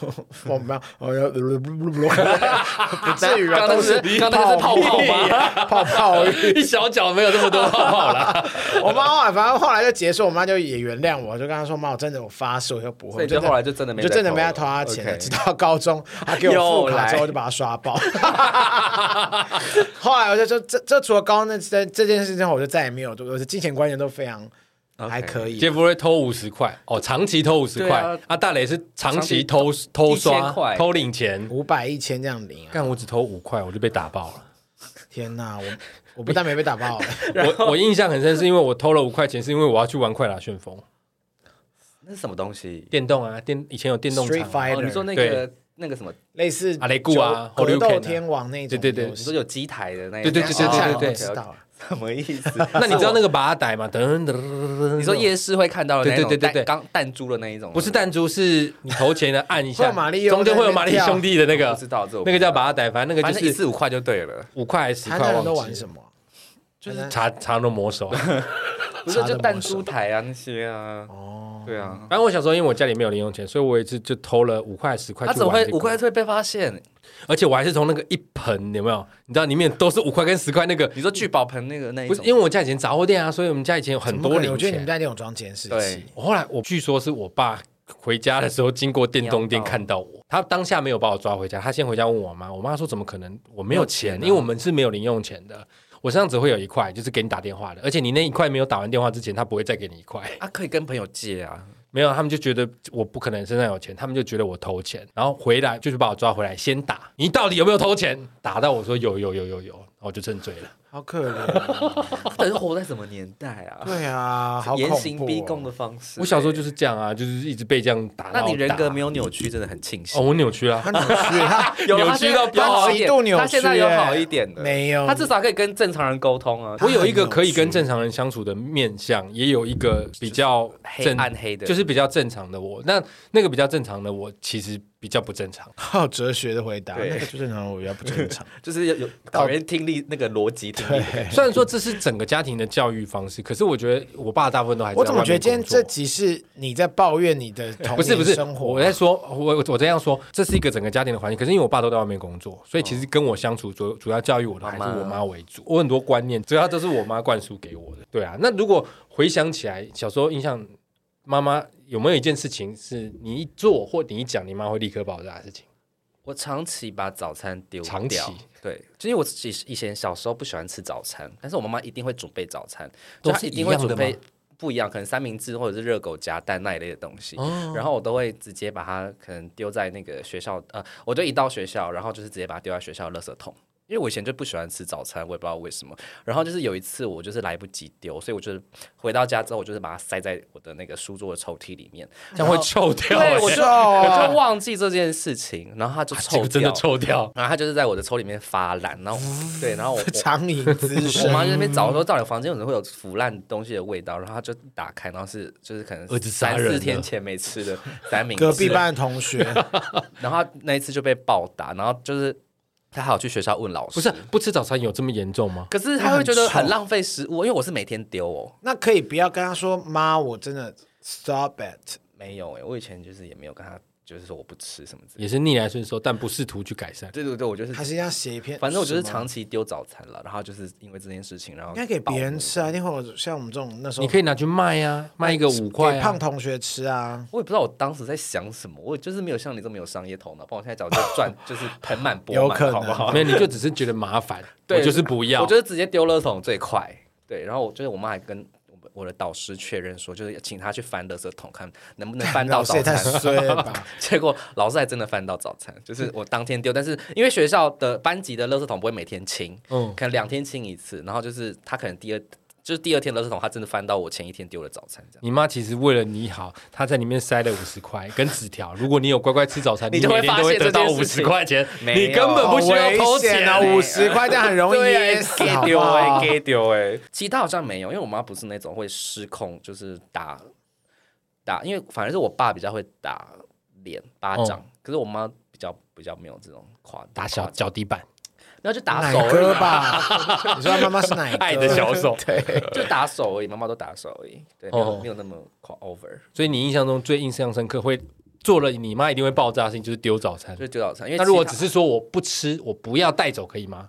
S2: 我没有，我要 [laughs] 不至于啊，
S3: 刚
S2: 都
S3: 刚那个
S2: 是
S3: 是刚刚那个是泡泡吗？
S2: 泡泡浴。
S3: [laughs] 一小脚没有那么多泡泡啦，
S2: 我妈后来，反正后来就结束，我妈就也原谅我，就跟她说：“妈，我真的有发誓，我以后不
S3: 所
S2: 会。”
S3: 以就后来就真的没
S2: 就
S3: 再
S2: 真的
S3: 投
S2: 没
S3: 了
S2: 再掏她钱了，
S3: OK
S2: 直到高中，她给我
S3: 又
S2: 副卡之后
S3: 来
S2: 就把她刷爆。后来我就说，这这除了高中那这这件事情后，我就再也没有，我的金钱观念都非常
S3: OK
S2: 还可
S1: [laughs]
S2: 以
S1: 杰。弗瑞偷五十块，哦，长期偷五十
S3: 对
S1: 块
S3: 啊，
S1: 啊，大磊是长
S3: 长期
S1: 期偷偷刷
S3: 1000块
S1: 偷领钱，
S2: 五百一千这样领啊！
S1: 干我只偷五块，我就被打爆
S3: [laughs]
S1: 了。
S2: 天哪，我我不但没被打爆，
S1: 我我印象很深，是因为我偷了五块钱，是因为我要去玩快打旋风
S3: 那是什么东西？
S1: 电动啊，电以前有电动
S2: Street
S1: 场啊，
S3: 哦，你说
S2: Fighter
S3: 那个那个什么，
S2: 类似
S1: 阿雷固啊
S2: 格斗
S1: Hadouken 啊
S2: 天王那种游
S1: 对
S2: 戏，
S1: 对对
S3: 你说有机台的那一
S1: 对对
S3: 种
S1: 对
S2: 想起来
S1: 对
S2: 我
S1: 对对
S2: 知道了。
S3: 什么意思？
S1: [laughs] 那你知道那个把仔吗？噔噔，你
S3: 你说夜市会看到的那种
S1: 对对对对
S3: 弹
S1: 对
S3: 钢弹珠的那一种吗，
S1: 不是弹珠，是你投钱的按一
S3: [laughs]
S2: 会
S1: 下，
S2: 有玛丽欧
S1: 中间会有玛丽兄弟的那
S3: 不
S1: 个
S3: 知，道这我不
S1: 那个
S3: 知
S1: 叫
S3: 道
S1: 把仔，反正那个
S3: 反
S1: 就
S3: 正一
S1: 是
S3: 次五块就对了，
S1: 五块还是十
S2: 台
S1: 块，
S2: 南人都
S1: 忘
S2: 玩
S1: 记
S2: 什
S1: 了
S2: 么啊？
S1: 就是查查龙魔手啊。
S3: 不是
S2: 查
S3: 就
S2: 得
S3: 弹
S2: 摸手
S3: 珠台啊那些啊，
S2: 哦，
S3: 对啊。
S1: 反正我小时候因为我家里没有零用钱，所以我有一次就偷了五块十块。
S3: 啊他怎么会五块？会被发现？
S1: 而且我还是从那个一盆有没有？你知道里面都是五块跟十块那个，
S3: 你说聚宝盆那个那一
S1: 不是
S3: 种，
S1: 因为我家以前杂货店啊，所以我们家以前有很
S2: 怎么可
S1: 多
S2: 能
S1: 零
S2: 我觉得你们
S1: 钱。
S2: 家那种装监视器
S3: 对，
S1: 我后来我据说是我爸回家的时候经过电动店
S3: 瞄到
S1: 看到我，他当下没有把我抓回家，他先回家问我妈，我妈说怎么可能？我没有钱，
S3: 没有钱啊
S1: 因为我们是没有零用钱的。我身上只会有一块，就是给你打电话的，而且你那一块没有打完电话之前，他不会再给你一块。
S3: 啊，可以跟朋友借啊，
S1: 没有，他们就觉得我不可能身上有钱，他们就觉得我偷钱，然后回来就是把我抓回来，先打你到底有没有偷钱？打到我说有有有有有，然后我就认罪了。
S2: 好可怜。哦
S1: [laughs]
S3: 到底是活在什么年代啊？
S2: 对啊，好
S3: 严
S2: 恐
S3: 刑
S2: 怖
S3: 逼供
S2: 哦。
S3: 的方式。
S1: 我小时候就是这样啊，就是一直被这样打。
S3: 那你人格没
S1: 有？
S3: 有扭曲，真的很庆
S1: 哦，
S3: 幸。
S1: 我扭曲了
S2: 他。扭曲，
S1: [laughs]
S2: 他
S3: 有了
S1: 扭
S3: 他
S1: 曲
S3: 现在
S1: 到
S3: 有好一点
S2: 极度扭曲
S3: 他现在有
S2: 欸
S3: 好一点的，
S2: 没有
S3: 啊他至少可以跟正常人沟通啊。
S1: 我有一个可以跟正常人相处的面相，也有一个比较
S3: 黑
S1: 正
S3: 暗黑的，
S1: 就是比较正常的我。那那个比较正常的我，其实比较不正常。
S2: 好哲学的回答，
S3: 对
S2: 那个就正常，我比较
S1: [laughs]
S2: 不正常。
S3: 就是有有考验听力那个逻辑听力。
S2: 对，
S1: 虽然说这是整个家庭的教育方式，可是我觉得我爸大部分都还是
S2: 我怎么
S1: 在外面
S2: 觉得今天
S1: 工作
S2: 这集是你在抱怨你的童
S1: 不是不
S2: 年
S1: 是
S2: 生，活？啊
S1: 我在说，我我我这样说，这是一个整个家庭的环境。可是因为我爸都在外面工作，
S2: 哦
S1: 所以其实跟我相处主主要教育我的还是
S3: 妈妈
S1: 我妈为主。我很多观念主要都是我妈灌输给我的。对啊，那如果回想起来，小时候印象，妈妈有没有一件事情是你一做或你一讲，你妈会立刻爆炸的事情？
S2: 嗯
S3: 我长期把早餐丢
S1: 长期
S3: 掉，对，就因为我自己以前小时候不喜欢吃早餐，但是我妈妈一定会准备早餐，就
S1: 都
S3: 她
S1: 是
S3: 一定
S1: 一
S3: 会
S1: 样的
S3: 准备
S1: 吗
S3: 不一样，可能三明治或者是热狗夹蛋那一类的东西，
S1: 哦
S3: 然后我都会直接把它可能丢在那个学校，呃，我就一到学校，然后就是直接把它丢在学校的垃圾桶。因为我以前就不喜欢吃早餐，我也不知道为什么。然后就是有一次我就是来不及丢，所以我就是回到家之后，我就是把它塞在我的那个书桌的抽屉里面。
S1: 这样会臭掉、欸
S3: 对，我就
S2: 臭哦
S3: 我就忘记这件事情，然后它就
S1: 啊这
S3: 臭
S1: 个真的
S3: 掉。
S1: 臭掉。
S3: 然后他就是在我的抽里面发烂，然后对，然后
S2: [laughs]
S3: 我我
S2: 苍蝇滋
S3: 我
S2: 嗯生，
S3: 妈就在那边找说，到底房间有怎么会有腐烂东西的味道？然后她就打开，然后是就是可能
S1: 儿子杀
S3: 三
S1: 人了
S3: 四天前没吃
S2: [laughs]
S3: 的三明治，
S2: 隔壁班的同学，
S1: [laughs]
S3: 然后她那一次就被暴打，然后就是她还有去学校问老师，
S1: 不是，不吃早餐有这么严重吗？
S3: 可是她会觉
S2: 那
S3: 得
S2: 很臭
S3: 很浪费食物，因为我是每天丢哦，
S2: 那可以不要跟他说妈，我真的 stop it。
S3: 没有哎，我以前就是也没有跟她就是说我不吃什么之类的，
S1: 也是逆来顺受，但不试图去改善。
S3: 对对对，我就是
S2: 还是要写一篇，
S3: 反正我就是
S2: 什么
S3: 长期丢早餐了，然后就是因为这件事情，然后
S2: 应该给
S3: 暴
S2: 别人
S3: 怒
S2: 吃啊，一定会有像我们这种那时候
S1: 你可以拿去卖呀、啊，卖一个五块、
S2: 给
S1: 啊。
S2: 胖同学吃啊。
S3: 我也不知道我当时在想什么，我就是没有像你这么有商业头脑，不然我现在早就
S2: [laughs]
S3: 赚就是盆满钵满，
S2: 有可能
S3: 好不好？
S1: 没有，你就只是觉得麻烦，
S3: [laughs] 对
S1: 我就是不 [laughs] 要。
S3: 我觉得直接丢垃圾桶最快。对，然后我就是我妈还跟我们我的导师确认说，就是请他去翻垃圾桶，看能不能翻到
S2: 老师
S3: 早
S2: 也太
S3: 餐。
S2: 衰了吧！
S3: 结果老师还真的翻到早餐，就是我当天丢，但是因为学校的班级的垃圾桶不会每天清，
S1: 嗯，
S3: 可能两天清一次，然后就是他可能第二就是第二天垃圾桶，他真的翻到我前一天丢的早餐这样。
S1: 你妈其实为了你好，她在里面塞了五十块跟纸条。如果你有乖乖吃早餐，
S3: 你就
S1: 每
S3: 会
S1: 天都
S3: 发
S1: 会
S3: 现
S1: 得到
S3: 这件
S1: 五
S3: 事
S1: 十
S3: 情
S1: 块钱，
S3: 没
S1: 你
S3: 有
S1: 根本不需要偷钱
S2: 好危 [laughs] 险啊！五十块这样很容易
S3: 对啊
S2: 噎死，
S3: 给
S2: 好不
S3: 丢
S2: 好
S3: 哎，？给丢哎。其他好像没有，因为我妈不是那种会失控，就是打打，因为反正是我爸比较会打脸巴掌，可是我妈比较比较没有这种夸
S1: 哦打小，脚底
S3: [laughs]
S1: 板，
S3: 然后就打手
S2: 奶
S3: 而
S2: 哥
S3: 已，
S2: 吧？ [laughs]
S3: [laughs] 哎
S2: 你说他妈妈是奶哥？
S1: 爱的小手。
S3: 就打手而已，妈妈都打手而已，对，没
S1: 哦
S3: 有没有那么夸 over。
S1: 所以你印象中最印象深刻会做了你妈一定会爆炸的事情，就是丢早餐
S3: 就。是丢早餐。因为
S1: 那如果
S3: 其
S1: 只
S3: 他
S1: 是说我不吃，我不要带走，可以吗？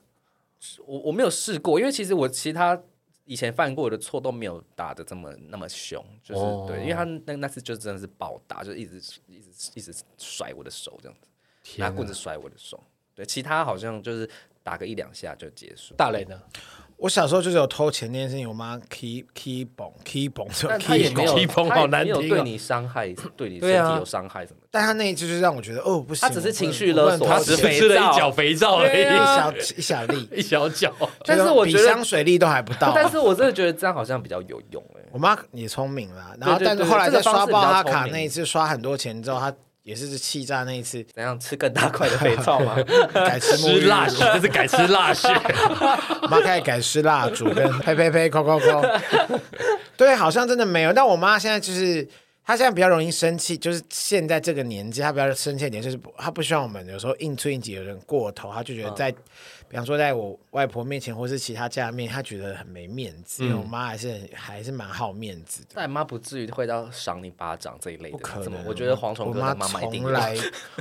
S3: 我我没有试过，因为其实我其他以前犯过的错都没有打的这么那么凶，就是、
S1: 哦
S3: 对，因为他那那次就真的是暴打，就一直一直一直甩我的手这样子，
S1: 天
S3: 拿
S1: 啊
S3: 棍子甩我的手。对，其他好像就是打个一两下就结束。
S1: 大雷呢？
S2: 我小时候就是有偷钱这件事情，我妈 key key 绷 key 绷这种
S3: 但
S2: key
S3: 他也没有，
S1: 踢崩
S3: 他也
S1: 好难
S3: 没有
S1: 听哦
S3: 对你伤害，对你身
S1: 对啊
S3: 体有伤害什么的。
S2: 但他那一次就是让我觉得哦不行，
S3: 他只是
S2: 我不能
S3: 情绪勒索
S2: 我不能
S3: 他
S2: 偷
S3: 只是
S2: 钱
S3: 肥
S1: 吃了
S3: 皂
S1: 一脚肥皂而
S3: 对
S2: 一
S1: 已，
S3: 啊
S2: 小
S3: [laughs]
S2: 一小
S1: [laughs]
S2: 粒，
S1: 一小脚。
S3: 但是我觉
S2: 比
S3: 得
S2: 香水力都还不到。
S3: 但是我真的觉得这样好像比较有用哎、
S2: 我妈也聪明啦，然后
S3: 对对
S2: 但是
S3: 对
S2: 后来
S3: 这个
S2: 在刷
S3: 方式
S2: 爆
S3: 比较
S2: 她
S3: 聪
S2: 卡
S3: 明
S2: 那一次刷很多钱之后，她也是气炸那一
S3: [laughs]
S2: 次
S3: 怎样吃更大块的肥皂
S1: [laughs]
S3: 吗？
S2: 改吃沐
S1: 吃
S2: 浴
S1: 辣血，
S2: 露，
S1: 这是 [laughs] 改吃辣
S3: [laughs]
S1: 血。
S2: 我妈开始改吃蜡烛跟呸呸呸扣扣扣。对，好像真的没有。但我妈现在就是。她现在比较容易生气，就是现在这个年纪，她比较生气的点就是不她不希望我们有时候应催应急有点过头，她就觉得在，比方说在我外婆面前或是其他家人面前，她觉得很没面子。因为我妈还是很还是蛮好面子的，
S3: 但你妈不至于会到赏你巴掌这一类
S2: 不
S3: 的，
S2: 可
S3: 怎么
S2: 能。
S3: 我觉得蝗虫
S2: 我
S3: 哥
S2: 妈
S3: 的妈妈一定
S2: 从
S3: 有
S2: 来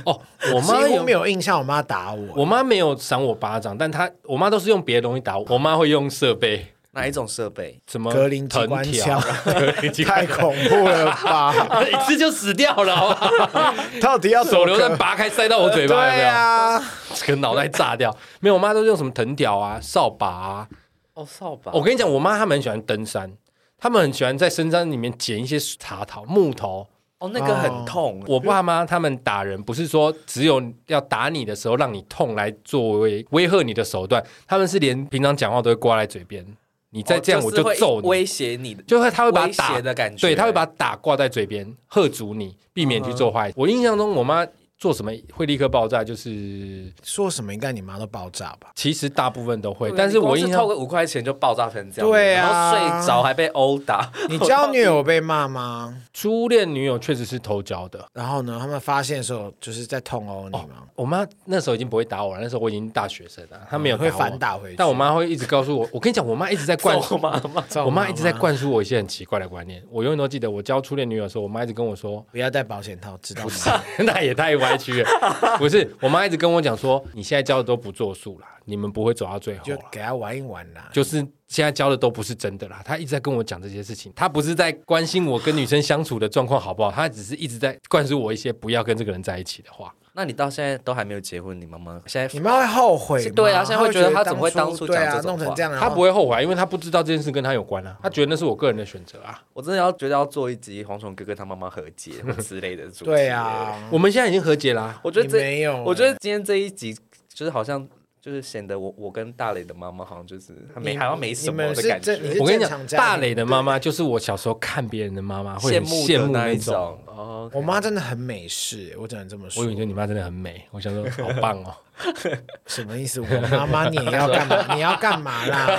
S1: 哦，我妈
S2: 几乎
S1: 有
S2: 没有印象，我妈打我。
S1: 我妈没有赏我巴掌，但她我妈都是用别的东西打我，我妈会用设备，
S3: 哪一种设备？
S1: 什么
S2: 格林机
S1: 藤
S2: 关
S1: 条
S2: 枪，
S1: [laughs] 格林机
S2: 太
S1: 关
S2: 恐怖了
S3: [laughs]
S2: 吧？
S1: 枪， [laughs] 一次就死掉了，好不好
S2: 到底要怎么
S1: 手榴弹
S2: 格
S1: 拔开塞到我嘴巴，有没
S2: 对
S1: 有？
S2: 啊，
S1: 整个脑袋炸掉。没有，我妈都是用什么藤条啊、扫把啊。
S3: 哦，扫把。
S1: 我跟你讲，我妈她们很喜欢登山，她们很喜欢在深山里面捡一些茶桃、木头。
S3: 哦，那个很痛。
S2: 哦
S1: 我爸妈他们打人不是说只有要打你的时候让你痛来作为威吓你的手段，他们是连平常讲话都会挂在嘴边，你再这样
S3: 哦
S1: 我
S3: 是
S1: 就
S3: 会
S1: 揍你，
S3: 威胁你的。
S1: 就会他会把
S3: 威
S1: 打
S3: 胁的感觉嗯
S1: 对，他会把打挂在嘴边，喝阻你，避免去做坏事。我印象中，我妈做什么会立刻爆炸，就是
S2: 说什么应该你妈都爆炸
S1: [laughs]
S2: 吧？
S1: 其实大部分都会，
S3: 对
S1: 但是
S3: 你光
S1: 我
S3: 是
S1: 印
S3: 透
S1: 象
S3: 个五块钱就爆炸成这样，
S2: 对啊
S3: 然后睡着还被
S1: [laughs]
S3: 殴打，
S2: 你交女友被骂吗？
S1: 初恋女友确实是偷交的。
S2: 然后呢，他们发现的时候就是在痛殴你吗？
S1: 我妈那时候已经不会打我了，那时候我已经大学生啊
S3: 嗯
S1: 了，她哦没有
S2: 会
S1: 我
S2: 反，打回去。
S1: 但我妈会一直告诉我。我跟你讲，我妈一直在灌
S3: 揍妈妈。
S2: 揍
S1: 我
S2: 妈
S1: 妈一直在灌输我一些很奇怪的观
S3: [laughs]
S1: 念。我永远都记得，我交初恋女友的时候，我妈一直跟我说 [laughs]
S2: 不要戴保险套，知道吗？：“
S1: 那也太歪曲了。”不是，我妈一直跟我讲说：“你现在交的都不作数啦，你们不会走到最后
S2: 就
S1: 啦。
S2: 给他玩一玩啦”。
S1: 就是现在交的都不是真的啦。她一直在跟我讲这些事情，她不是在关心我跟女生相处的状况好不好，她只是一直在灌输我一些不要跟这个人在一起的话。
S3: 那你到现在都还没有结婚，你妈妈现
S2: 你
S3: 在
S2: 妈会后悔
S3: 是
S2: 吗，
S3: 对啊现在
S2: 她
S3: 会觉得她
S2: 她
S3: 怎么会当初
S2: 对
S3: 讲
S2: 啊
S3: 这，种
S2: 弄成
S3: 话
S2: 这样，
S1: 她不
S2: 会。
S1: 会后悔啊，因为她不知道这件事跟她有关啊，她觉得那是我个人的选择啊。
S3: 我真的要觉得要做一集蝗虫哥跟他妈妈和解或之类的主题。
S2: 对，啊，
S1: 我们现在已经和解啦、
S3: 我觉得
S2: 你
S3: 这
S2: 没有
S3: 我觉得今天这一集就是好像就是显得我我跟大磊的妈妈好像就是没
S2: 你
S3: 好像没
S2: 你
S3: 什么
S2: 们
S3: 的
S2: 是
S3: 感
S2: 这，你
S3: 觉，
S2: 是
S1: 我跟你
S2: 正
S1: 讲，
S2: 常家
S1: 大
S2: 庭
S1: 磊的妈妈就是我小时候看别人的妈妈会很
S3: 慕
S1: 羡
S3: 的
S1: 慕
S3: 那
S1: 那
S3: 一
S1: 种。
S3: 种哦。
S2: 我妈真的很美式，我只能这么说
S1: 我以为。你妈真的很美，我想说好棒
S3: [laughs]
S1: 哦。
S2: 什么意思？我妈妈你也要干嘛？你要干嘛啦？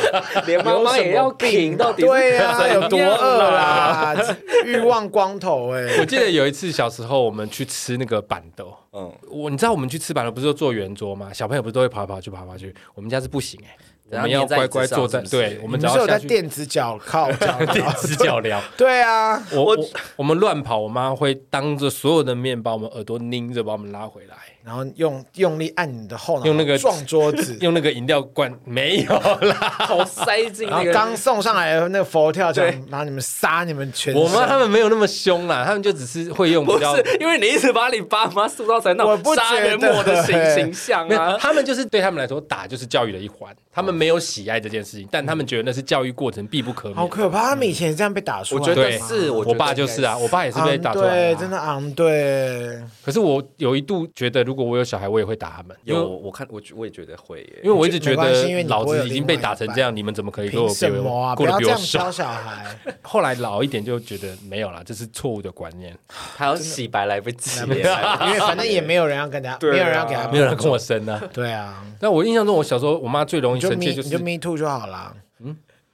S3: 连妈妈也要停，到啊底是
S2: 对 [laughs] 呀、
S3: 怎样
S2: 有多饿？啦？欲望光头哎、
S1: 我记得有一次小时候我们去吃那个板豆，
S3: 嗯，
S1: 我你知道我们去吃板豆不是都坐圆桌吗？小朋友不是都会爬来爬去爬来爬去，我们家是不行哎、
S3: 等
S1: 我
S3: 下
S1: 们要
S3: 粘在椅
S1: 乖
S3: 子
S1: 乖
S3: 上
S1: 坐在
S3: 是不是
S1: 对，我
S2: 我
S1: 们只
S2: 不是
S1: 要
S2: 有
S1: 下
S2: 在
S1: 去
S2: 电子脚靠脚
S1: [laughs] 电子脚聊。
S2: 对啊，
S1: 我我我们乱跑，我妈会当着所有的面把我们耳朵拧着，把我们拉回来，
S2: 然后用用力按你的后脑，
S1: 用那个
S2: 撞桌子，
S1: [laughs] 用那个饮料罐没有啦。
S3: [laughs] 头塞进
S2: 然
S3: 那
S2: 后
S3: 个
S2: 刚送上来的那个佛跳墙
S3: 对，
S2: 把你们杀你们全身。
S1: 我妈他们没有那么凶啦，他们就只是会用
S3: 不
S1: 比较
S3: 是，因为你一直把你爸妈塑造成那
S2: 我
S3: 种
S2: 不觉得
S3: 杀人魔
S2: [laughs]
S3: 的形
S2: 欸
S3: 形象
S1: 没有，
S3: 啊。
S1: 他们就是对他们来说，打就是教育的一环。他们没有喜爱这件事情，但他们觉得那是教育过程必不可免。
S2: 好可怕，他们以前也这样被打啊出
S3: 我
S2: 来吗，
S3: 觉得
S1: 对
S3: 是，
S1: 我
S3: 觉得
S1: 爸就是啊，我爸也是被打出来、
S2: 对，
S1: 啊。
S2: 真的昂对。
S1: 可是我有一度觉得，如果我有小孩，我也会打他们，因
S3: 有
S1: 为
S3: 我看我觉我也觉得会耶
S1: 因为我一直觉
S2: 没关系因
S1: 得
S2: 为你不
S1: 老
S2: 会有
S1: 子已经被打成这样，
S2: 另
S1: 你们怎么可以给
S2: 凭
S1: 我
S2: 什
S1: 比
S2: 么
S1: 我
S2: 啊？
S1: 过得
S2: 不要
S1: 比
S2: 这
S1: 我
S2: 样
S1: 爽
S2: 教？
S1: [laughs]
S2: 小孩，
S1: 后来老一点就觉得没有啦，这是错误的观念，
S3: 还要洗白来不及
S2: 因
S3: 耶，
S2: 为反正也没有人要跟他， [laughs] 没
S3: 对啊
S2: 有人要给他，
S1: 没 [laughs] 有人跟我生啊。
S2: 对啊，
S1: 但我印象中，我小时候我妈最容易
S2: 你就
S1: 生
S2: me
S1: 气就
S2: 你
S1: 是
S2: 就 me too 就好啦。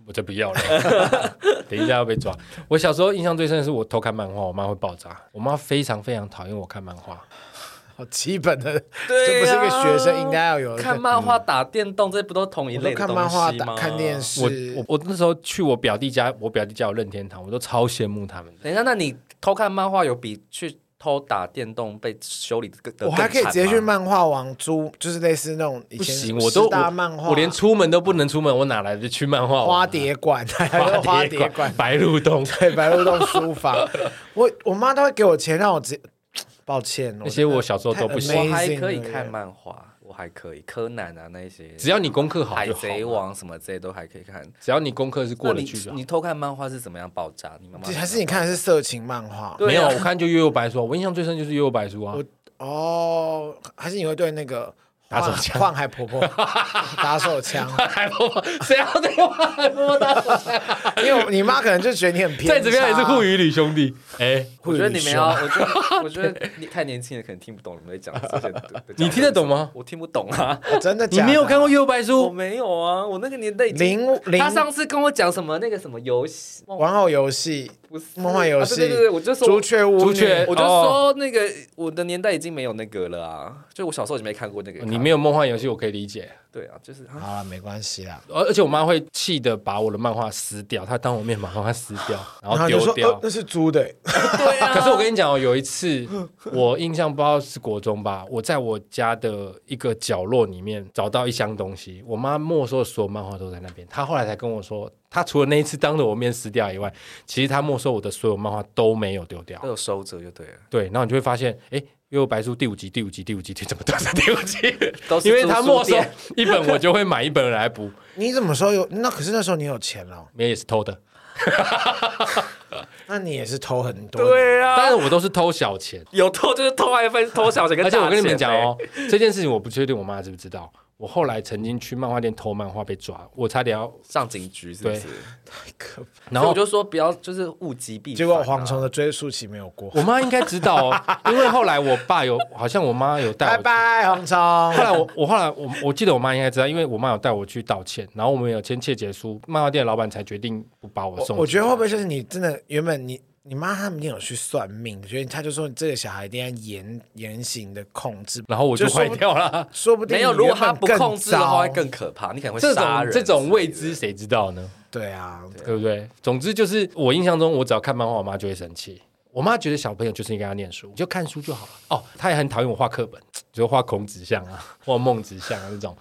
S1: 我才不要了， [laughs] 等一下要被抓。我小时候印象最深的是我偷看漫画，我妈会爆炸。我妈非常非常讨厌我看漫画，
S2: 好基本的，
S3: 对
S2: 这
S3: 啊
S2: 不是一个学生应该要有的。
S3: [laughs] 看漫画、打电动，这不都同一
S2: 我都
S3: 类的
S2: 看
S3: 东
S2: 漫画、
S3: 西
S2: 打
S3: 吗？
S2: 看电
S1: 我
S2: 视。
S1: 我我那时候去我表弟家，我表弟家有任天堂，我都超羡慕他们的。
S3: 等一下，那你偷看漫画有比去偷打电动被修理的更
S2: 我还可以直接去
S3: 骂。
S2: 漫画网租，就是类似那种以
S1: 不
S2: 前
S1: 行，我都
S2: 十大漫画，
S1: 我，我连出门都不能出门，我哪来的去漫画
S2: 花
S1: 网？
S2: 蝶
S1: [laughs]
S2: 馆，还有花
S1: 花
S2: 蝶
S1: 蝶
S2: 馆
S1: 馆、，白鹿
S2: [laughs]
S1: 洞
S2: 对，白鹿洞书房，
S1: [laughs]
S2: 我我妈都会给我钱让我直接，抱歉，
S1: 那些，我小时候都不
S2: 太
S1: 行，
S3: 我还
S2: Amazing
S3: 可以
S2: 的
S3: 看
S2: 耶
S3: 漫画，我还可以柯南啊那一些，
S1: 只要你功课好
S3: 海
S1: 就好
S3: 贼
S1: 嘛。
S3: 王什么之类都还可以看。
S1: 只要你功课是过
S3: 那
S1: 得
S3: 你
S1: 去就好
S3: 你。偷看漫画是怎么样爆炸？你妈妈
S2: 还是你看的是色情漫画
S3: 对啊
S1: 没有，我看就悠悠白书啊，我印象最深就是悠悠白书啊
S2: 我。哦，还是你会对那个
S1: 打手
S2: 换
S1: 枪
S2: 换海婆婆 [laughs] 打
S1: [laughs]
S2: 手枪，
S1: 海波波， [laughs] 谁要对我海波波打手枪？
S2: 因为你妈可能就觉得你很 [laughs] 偏，
S1: 再怎么样也是护，与旅兄
S2: [laughs]
S1: 弟。哎，
S2: 护
S3: 我
S2: 宇
S3: 觉得你们
S2: 兄
S3: 要，我觉
S2: 啊
S3: 得我觉
S2: [laughs]
S3: 得你太年轻了，可能听不懂你们在讲这 [laughs] 些的。
S1: 你听得懂吗？
S3: 我听不懂啊，
S2: 真的
S1: 你
S2: 假的，
S1: 没有看过悠悠白
S3: [laughs] 我
S1: 书？
S3: 没有啊，我那个年代已经。
S2: 零零
S3: 他上次跟我讲什么那个什么游戏，梦
S2: 玩偶游戏、
S3: 不是
S2: 梦幻游戏
S3: 啊对对对，我就说
S2: 朱雀巫女
S1: 朱雀
S3: 我就说那个我的年代已经没有那个了啊，就我小时候已经没看过那个卡。
S1: 你没有梦幻游戏，我可以理解。
S3: 对啊，就是啊
S2: 好了，没关系啦。
S1: 而而且我妈会气的把我的漫画撕掉，她当我面把漫画撕掉，然
S2: 然
S1: 后
S2: 后就
S1: 丢
S2: 说，
S1: 掉
S2: 呃，。那是租的欸，
S3: 对啊。
S1: 可是我跟你讲哦，有一次我印象不知道是国中吧，我在我家的一个角落里面找到一箱东西，我妈没收的所有漫画都在那边。她后来才跟我说，她除了那一次当着我面撕掉以外，其实她没收我的所有漫画都没有丢掉
S3: 都。有收着就对了，
S1: 对，然后你就会发现，哎。因为白书第五集、第五集、第五集，怎么都是第五集？
S3: 都是
S1: 因为
S3: 租
S1: 她
S3: 书
S1: 没收
S3: 店
S1: 一本，我就会买一本来补，
S2: [laughs] 你怎么说有？那可是那时候你有钱了，
S1: 没也是偷的。
S2: 那你也是偷很多。，
S3: 对啊，
S1: 但是我都是偷小钱，
S3: 有偷就是偷爱分偷小钱跟
S1: 而且我
S3: 大
S1: 跟你们
S3: 钱
S1: 讲
S3: 呗，
S1: 哦，这件事情我不确定我妈知不知道。我后来曾经去漫画店偷漫画被抓，我差点要，
S3: 上警局是不是
S1: 对？
S2: 可
S1: 然
S3: 然后我
S1: 后
S3: 就说不要，就是物极必反啊。
S2: 结果蝗虫的追溯期没有过。
S1: 我妈应该知道哦，因为后来我爸有，好像我妈有带我
S2: 拜
S1: 去。
S2: 拜，蝗
S1: 后
S2: 虫。
S1: 来我我后来我我记得我妈应该知道，因为我妈有带我去道歉，然后我们有签切结书，漫画店老板才决定不把我
S2: [laughs] 我
S1: 送
S2: 我觉
S1: 进
S2: 得会
S1: 来
S2: 不会就是你真的原本你你妈他们一定有去算命，觉得他就说你这个小孩一定要严严刑的控制，
S1: 然后我就
S2: 就说
S1: 坏
S2: 不
S1: 掉
S3: [laughs]
S1: 了。
S2: 说不定
S3: 没有，
S2: 你
S3: 如果
S2: 原本
S3: 他不
S2: 更
S3: 控制的话，会
S2: 糟
S3: 更可怕，你可能会
S1: 这
S3: 杀
S1: 种
S3: 人
S1: 这种未
S3: 之
S1: 知
S3: 类的。
S1: 谁知道呢？
S2: 对啊。
S1: 对不对？总之就是我印象中，我只要看漫画，我妈就会生气。我妈觉得小朋友就是应该要念书，你就看书就好了。哦，她也很讨厌我画课本，就画孔子像啊， [laughs] 或孟子像啊这种，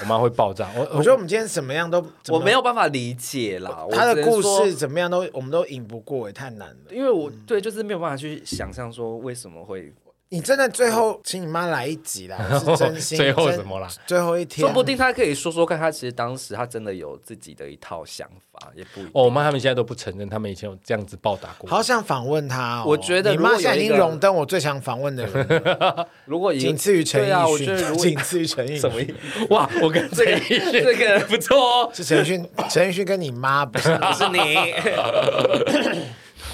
S1: 我妈会爆炸。我
S2: 我觉得我们今天怎么样都怎
S3: 我
S2: 么
S3: 没有办法理解啦，我
S2: 他的
S3: 只能
S2: 故
S3: 说
S2: 事怎么样都我们都引不过，也太难了。
S3: 因为我对就是没有办法去想象说为什么会，
S2: 你真的最后请你妈来一集
S1: [laughs]
S2: 啦，我是真心。
S1: 最后
S2: 真
S1: 什么啦？
S2: 最后一天，啊
S3: 说不定他可以说说看，他其实当时他真的有自己的一套想法，也不一定。
S1: 哦，我妈他们现在都不承认，他们以前有这样子暴打过。
S2: 好想访问他、哦。
S3: 我觉得
S2: 你
S3: 如果
S2: 妈
S3: 有一
S2: 现
S3: 个
S2: 在已经荣登我最想访问的人
S1: [laughs]
S2: 了，
S3: 如果以
S2: 哦仅次于陈
S3: 对啊，
S2: 奕
S3: 我觉得
S2: 迅，
S3: 如
S2: [laughs]
S3: 果
S2: 仅次于陈奕
S3: 什么意
S2: 迅。
S3: 思？
S2: [laughs]
S1: 哇，我跟
S3: 这
S1: 这
S3: 个
S1: 个
S3: 这个不错哦，
S2: 是陈奕
S1: [laughs]
S2: 迅，陈奕迅跟你妈不是？[laughs]
S3: 不是你。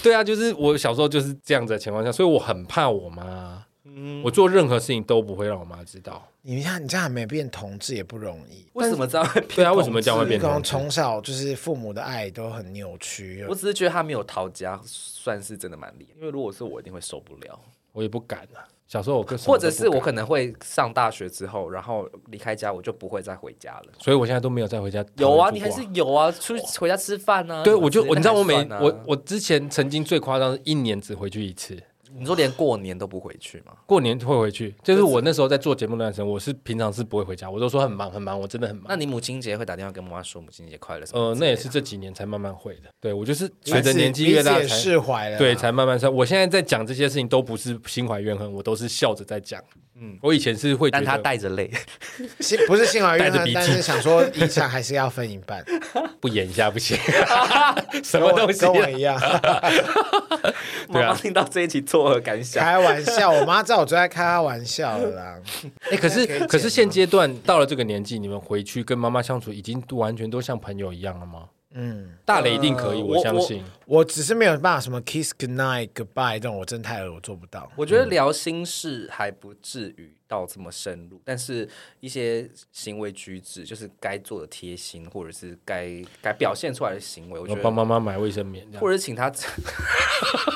S1: 对啊，就是我小时候就是这样子的情况下，所以我很怕我妈。
S3: 嗯
S1: 我做任何事情都不会让我妈知道。
S2: 你看你这样还没变同志也不容易。
S3: 为什么这样 [laughs] 会变
S1: 对啊，为什么这样会变
S2: 可能
S1: 成？
S2: 从小就是父母的爱都很扭曲
S3: 我，只是觉得他没有逃家，算是真的蛮厉害。因为如果是我，一定会受不了，
S1: 我也不敢啊。小时候我跟
S3: 或者是我
S1: 可，
S3: 可能会上大学之后，然后离开家，我就不会再回家了。
S1: 所以我现在都没有再回家。
S3: 有啊，
S1: 讨论
S3: 你
S1: 过
S3: 还是有啊，出去回家吃饭啊。
S1: 对，
S3: 什么
S1: 我就
S3: 之类
S1: 我
S3: 的
S1: 你知道我每
S3: 还算啊
S1: 我我之前曾经最夸张，是一年只回去一次，
S3: 你说连过年都不回去吗？
S1: 过年会回去。就是我那时候在做节目那段时间，我是平常是不会回家，我都说很忙很忙，我真的很
S3: 那
S1: 忙。
S3: 你母亲节会打电话跟妈妈说母亲节快乐什么？
S1: 呃，那也是。这几年才慢慢会的。对我就是
S2: 随
S1: 随着年纪越大
S2: 也啊
S1: 才。
S2: 释怀了。
S1: 对，，才慢慢上。我现在在讲这些事情，都不是心怀怨恨，我都是笑着在讲。嗯，我以前是会觉
S3: 但
S1: 得，
S3: 她带着
S1: [laughs]
S3: 泪，
S2: 幸不是幸而
S1: 带
S2: 怨
S1: 着
S2: 恨
S1: 鼻，涕
S2: 但是想说遗产还是要分一半，
S1: 不演一下不行， [laughs] 什
S2: 跟
S1: 么
S2: 我
S1: 东西、
S2: 跟我
S1: 啊？
S2: 一样。
S3: 妈
S1: 对啊
S3: 妈听到这一集作何感想？
S2: 开玩笑，我妈知道我最爱开她玩笑了啦。
S1: 哎、可
S2: 可以
S1: 是
S2: 剪
S1: 可是现阶段到了这个年纪，你们回去跟妈妈相处，已经完全都像朋友一样了吗？
S2: 嗯，
S1: 大雷一定可以，
S3: 呃
S1: 我
S3: 我
S1: 相
S3: 我
S1: 信。
S2: 我只是没有办法什么 kiss goodnight goodbye 这种，我真的太饿了，我做不到。
S3: 我觉得聊心事还不至于到这么深入，但是一些行为举止，就是该做的贴心，或者是该该表现出来的行为，我觉
S1: 我
S3: 得，
S1: 帮妈妈买卫生棉，这样
S3: 或者是请他 [laughs]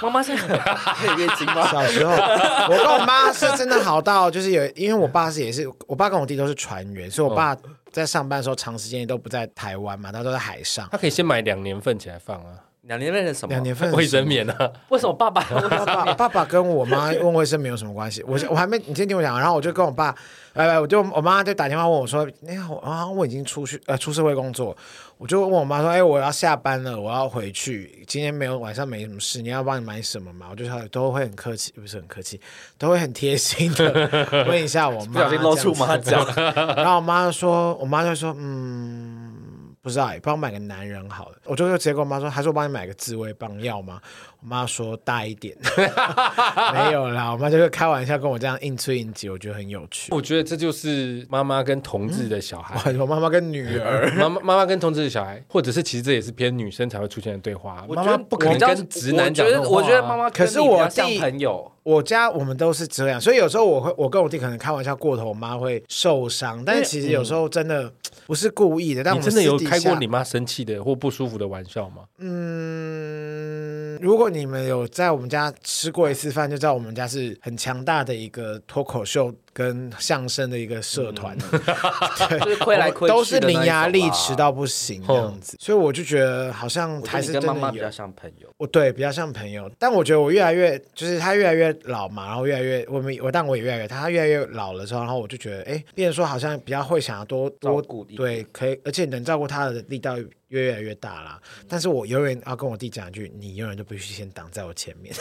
S3: 妈妈现在可以月经吗？
S2: [laughs] 小时候，我跟我妈是真的好到，就是有，因为我爸是也是，我爸跟我弟都是船员，所以我爸在上班的时候长时间都不在台湾嘛，他都在海上。
S1: 他可以先买两年份起来放啊。
S3: 两年份的什么？
S2: 两年
S3: [laughs]
S2: 份
S1: 卫生棉啊，
S3: 为什么爸爸？
S2: 爸爸
S3: [laughs]
S2: 爸爸跟我妈问卫生没有什么关系，我我还没你先听我讲，然后我就跟我爸，呃，我就我妈就打电话问我说，那、个我啊我已经出去呃出社会工作，我就问我妈说，哎、我要下班了，我要回去，今天没有晚上没什么事，你要帮你买什么嘛？我就说哎都会很客气，不是很客气，都会很贴心
S3: [laughs]
S2: 的问一下我
S3: 不
S2: 妈，
S3: 小心露出
S2: 这样
S3: 马
S2: 子
S3: 脚，
S1: [laughs]
S2: 然后我妈就说，我妈就说，嗯，不知道欸，帮我买个男人好了。我就直接跟我妈说，还是我帮你买个自慰棒要吗？我妈说大一
S1: [laughs]
S2: 点，没有啦，我妈就是开玩笑跟我这样硬吹硬挤，我觉得很有趣。
S1: 我觉得这就是妈妈跟同志的小孩。
S2: 我我妈妈跟
S1: [laughs]
S2: 女儿，
S3: 嗯
S1: 妈妈妈妈跟同志的小孩，或者是其实这也是偏女生才会出现的对话。
S3: 我
S1: 妈
S3: 觉
S1: 妈
S3: 得
S1: 不可能
S3: 我比较
S1: 跟直男讲
S3: 我
S1: 这
S3: 觉
S1: 种话
S3: 得
S1: 啊
S3: 我觉得妈妈跟
S2: 可是
S3: 你比
S2: 我
S3: 较像
S2: 弟
S3: 朋友，
S2: 我家我们都是这样，所以有时候我会我跟我弟可能开玩笑过头，我妈会受伤，但是其实有时候真的不是故意的。但我
S1: 你
S2: 们
S1: 真的有
S2: 私底
S1: 开过
S2: 下
S1: 你妈生气的或不舒服的玩笑吗？
S2: 嗯，如果你们有在我们家吃过一次饭，就知道我们家是很强大的一个脱口秀跟相声的一个社团，
S3: 就是亏嗯来亏去的那一种啊哦
S2: 都是伶牙俐齿到不行这样子，所以我就觉得好像
S3: 我觉
S2: 还
S3: 得
S2: 是
S3: 你
S2: 真
S3: 跟
S2: 的
S3: 妈妈比
S2: 有
S3: 较。像朋友。
S2: 我对比较像朋友，但我觉得我越来越就是他越来越老嘛，然后越来越我们我但我也越来越他越来越老了之后，然后我就觉得哎，变成说好像比较会想要多多
S3: 照顾一点
S2: 对，可以而且能照顾他的力道越越来越大啦。但是我永远要跟我弟讲一句，你永远都必须先挡在我前面。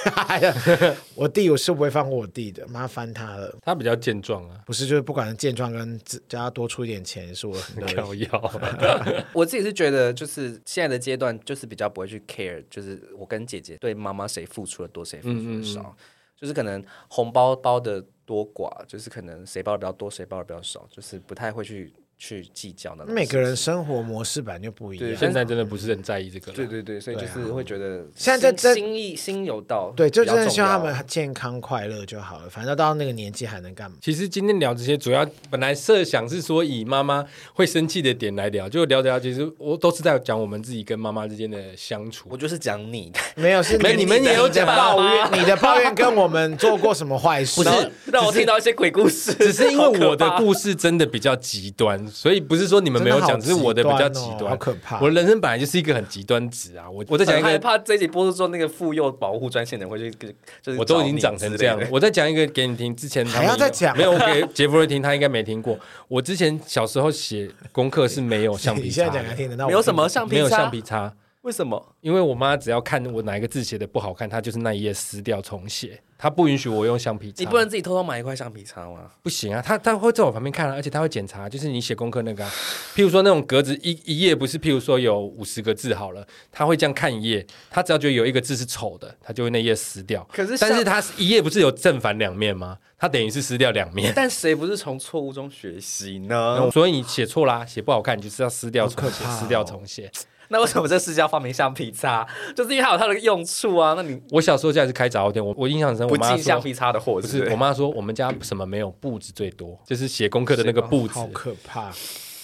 S2: 我弟我是不会放过我弟的，麻烦他了。
S1: 她比较健壮
S2: [laughs]
S1: 啊，
S2: 不是，就是不管是健壮跟只只要多出一点钱，是我很
S1: [laughs]
S2: 乐意
S1: 高腰。啊
S2: [laughs]
S3: 我自己是觉得，就是现在的阶段，就是比较不会去 care，就是我跟姐姐对妈妈谁付出的多，谁付出的少，就是可能红包包的多寡，就是可能谁包的比较多，谁包的比较少，就是不太会去去计较的。
S2: 每个人生活模式本来就不一
S3: 对
S2: 样。
S1: 现在真的不是很在意这个了。
S3: 对对对，所啊以就是会觉得
S2: 现在这这
S3: 心心意心有到，
S2: 对，就
S3: 比较
S2: 真的希望他
S3: 重要
S2: 们健康快乐就好了。反正到那个年纪还能干嘛？
S1: 其实今天聊这些，主要本来设想是说以妈妈会生气的点来聊，就聊着聊，其实我都是在讲我们自己跟妈妈之间的相处
S3: 我。就是讲你，
S2: 没有，是
S1: 没你们
S2: 的
S1: 也有
S2: 你的
S1: 讲啊
S2: 抱怨，你的抱怨跟我们做过什么坏事？
S3: 不是让我听到一些鬼故事，
S2: [laughs]
S1: 只是因
S3: 好
S1: 为
S3: 可
S1: 我的
S3: 怕
S1: 故事真的比较极端，所以不是说你们没有讲，
S2: 真的好
S1: 只是我的比较极
S2: 极端哦
S1: 端，
S2: 好可怕
S1: 我人生本来就是一个很极端值啊！我我在讲一
S3: 很害
S1: 个
S3: 怕这一集播出之后，那个妇幼保护专线的人会去跟，就是
S1: 我都已经
S3: 找
S1: 长
S3: 你
S1: 成
S3: 之类
S1: 这样
S3: 的，
S1: 我再讲一个给你听。之前他们
S2: 还要
S1: 有
S2: 再讲
S1: 没有？我
S2: [laughs]
S1: 给杰夫瑞听，他应该没听过。我之前小时候写功课是没有橡皮
S2: 你
S1: 擦
S2: 现在
S1: 的，
S2: 讲来听哦得到，
S3: 没有什么橡
S1: 没
S3: 皮
S1: 有
S3: 擦，
S1: 橡皮擦，
S3: 为什么？
S1: 因为我妈只要看我哪一个字写的不好看，她就是那一页撕掉重写，她不允许我用橡皮擦。
S3: 你不能自己偷偷买一块橡皮擦 [laughs] 吗？
S1: 不行啊，她她会在我旁边看、啊，而且她会检查，就是你写功课那个、啊，譬如说那种格子一一页不是，譬如说有五十个字好了，她会这样看一页，她只要觉得有一个字是丑的，她就会那页撕掉。
S3: 可是像
S1: 但是她一页不是有正反两面吗？她等于是撕掉两面。
S3: [laughs] 但谁不是从错误中学习
S1: 然后
S3: 呢？
S1: 所以你写错啦，写不好看，你就是要撕掉重
S2: 好
S1: 写，
S2: 可怕哦
S1: 撕掉重写。
S3: 那为什么这世界要发明橡皮擦？就是因为它有它的用处啊！那你
S1: 我小时候家里是开杂货店，我我印象很深，我
S3: 不
S1: 妈
S3: 进橡
S1: 说。
S3: 皮欸擦的货，
S1: 不
S3: 是
S1: 是，我
S3: 是？
S1: 妈说我们家什么没有布置最多，就是写功课的那个布置
S2: 好。可怕。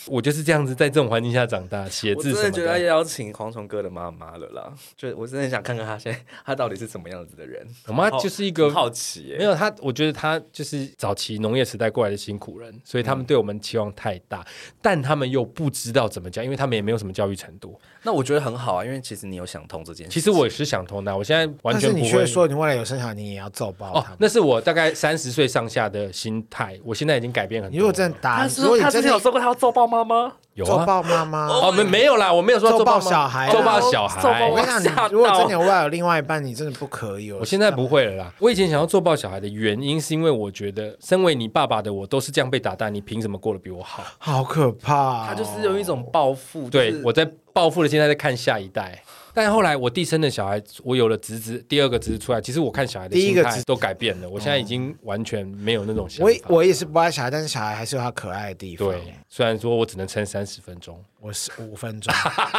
S1: 我就是这样子在这种环境下长大，写
S3: 我
S1: 字
S3: 真
S1: 什
S3: 的
S1: 么
S3: 觉得
S1: 的。
S3: 要邀请蝗虫哥的妈妈了啦，就我真的很想看看他现在 [laughs] 他到底是怎么样子的人。
S1: 我妈
S3: 好
S1: 就是一个
S3: 很好奇耶、
S1: 没有她，我觉得她就是早期农业时代过来的辛苦人，所以他
S3: 嗯
S1: 们对我们期望太大，但他们又不知道怎么讲，因为他们也没有什么教育程度。
S3: 那我觉得很好啊，因为其实你有想通这件事。
S1: 其实我也是想通的，啊我现在完
S2: 但
S1: 全
S2: 是
S1: 不会
S2: 你却。说你未来有生小孩，你也要揍爆
S1: 哦
S2: 他，们。
S1: 那是我大概三十岁上下的心态，我现在已经改变很多
S2: 你
S1: 了。
S2: 如果真的打，
S3: 他
S2: 如果
S3: 说
S2: 你
S3: 他之
S2: 真
S3: 前有
S2: 的
S3: 说过他要揍爆妈妈，
S1: 有
S2: 揍
S1: 啊，
S2: 爆妈妈，
S1: 哦没没有啦，我没有说
S2: 揍
S1: 揍
S2: 爆
S1: 妈妈
S2: 小孩啊
S1: 揍爆小孩，
S3: 揍爆
S2: 我跟你
S3: 我吓到
S2: 讲，你如果真的有未来有另外一半，你真的不可以哦。
S1: 我现在不会了啦。我以前想要做爆小孩的原因，是因为我觉得身为你爸爸的我都是这样被打蛋，你凭什么过得比我好？
S2: 好可怕哦，
S3: 他就是有一种报复。就
S1: 对
S3: 是
S1: 我在报复的现在在看下一代。但后来我弟生的小孩，我有了侄子，第二个侄子出来，其实我看小孩的
S2: 第一
S1: 心
S2: 个
S1: 态
S2: 侄哦
S1: 都改变了。我现在已经完全没有那种想
S2: 我
S1: 法。
S2: 也我也是不爱小孩，但是小孩还是有他可爱的地方。
S1: 对，虽然说我只能撑三十分钟，
S2: 我是五分钟， [laughs]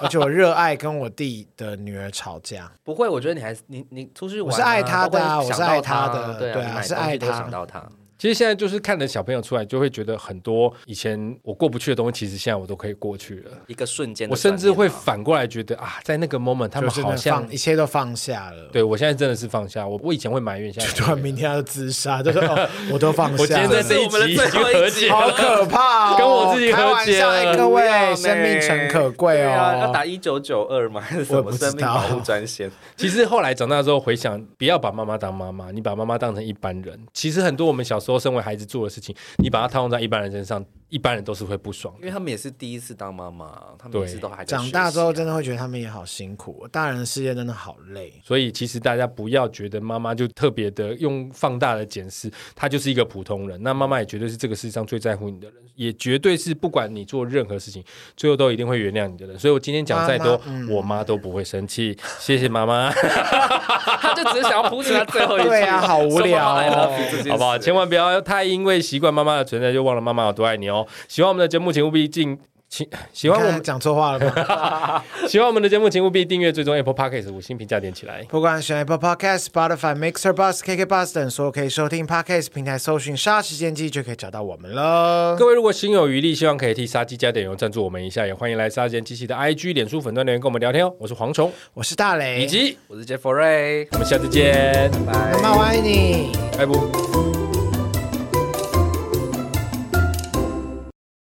S2: 而且我热爱跟我弟的女儿吵架。
S3: 不会，我觉得你还是你你出去玩、啊，
S2: 我是爱他的啊
S3: 都会
S2: 我是
S3: 想到
S2: 爱
S3: 他
S2: 他的
S3: 对啊，
S2: 对啊
S3: 你买
S2: 是
S3: 东西
S2: 爱
S3: 都会
S2: 他
S3: 想到他。
S1: 其实现在就是看着小朋友出来，就会觉得很多以前我过不去的东西，其实现在我都可以过去了。
S3: 一个瞬间的
S1: 我
S3: 转
S1: 甚
S3: 念嘛，
S1: 至会反过来觉得啊，在那个 moment 他们
S2: 就真
S1: 好
S2: 的
S1: 像
S2: 放一切都放下了。
S1: 对我现在真的是放下我，我以前会埋怨，现在
S2: 突然明天要自杀，就是
S1: [laughs]
S2: 哦，我都放下了。
S1: 我今天在这
S3: 是
S1: 一
S3: 我们的
S1: 集已
S3: 最
S1: 经
S3: 后一
S1: 和
S3: 集 [laughs]
S1: 解
S3: 了
S2: 好可怕哦！
S1: 跟我自己和解
S2: 开玩笑，哎各
S3: 不要
S2: 位，
S3: 呢
S2: 生命诚可贵
S3: 对啊
S2: 哦
S3: 要打。一九九二吗？还 [laughs] 是
S2: 我
S3: 什
S2: 也不
S3: 么
S2: 知
S3: 生命
S2: 道
S3: 保护专线？
S1: 其实后来长大之后回想，不要把妈妈当妈妈，你把妈妈当成一般人。其实很多我们小时候身为孩子做的事情，你把它套用在一般人身上，一般人都是会不爽
S3: 因
S1: 的。
S3: 为他们也是第一次当妈妈，他们也
S1: 对
S3: 是都还在
S2: 长
S3: 学
S2: 大
S3: 习
S2: 之后，
S3: 啊
S2: 真的会觉得他们也好辛苦，哦大人的世界真的好累。
S1: 所以其实大家不要觉得妈妈就特别的用放大的检视，她就是一个普通人。那妈妈也绝对是这个世界上最在乎你的人，也绝对是不管你做任何事情，最后都一定会原谅你的人。所以我今天讲再多，
S2: 妈妈嗯
S1: 我妈都不会生气。谢谢妈妈。
S3: 他就只是想要铺成他最后一
S2: [laughs]
S3: 句。
S2: 对啊好无聊哦
S1: 好不好？千万不要太因为习惯妈妈的存在就忘了妈妈有多爱你哦。喜欢我们的节目，请务必进。请喜
S2: 你
S1: 欢
S2: 看
S1: 我们
S2: 讲错话
S1: [laughs]
S2: 了吗？
S1: 喜欢我们的节目，请务必订阅、追踪 Apple Podcast 五星评价点起来。
S2: 不管选 Apple Podcast、Spotify、Mixer、Bus、KK Bus 等所有可以收听 Podcast 平台，搜寻“杀时间机”就可以找到我们了。
S1: 各位如果心有余力，希望可以替杀鸡加点油赞助我们一下，也欢迎来杀鸡机器的 IG、脸书粉专留言跟我们聊天哦。我是蝗虫，
S2: 我是大雷，
S1: 以及
S3: 我是 Jeff Ray，
S1: 我们下次见，
S3: 拜
S2: 妈妈我爱你。
S1: 拜拜。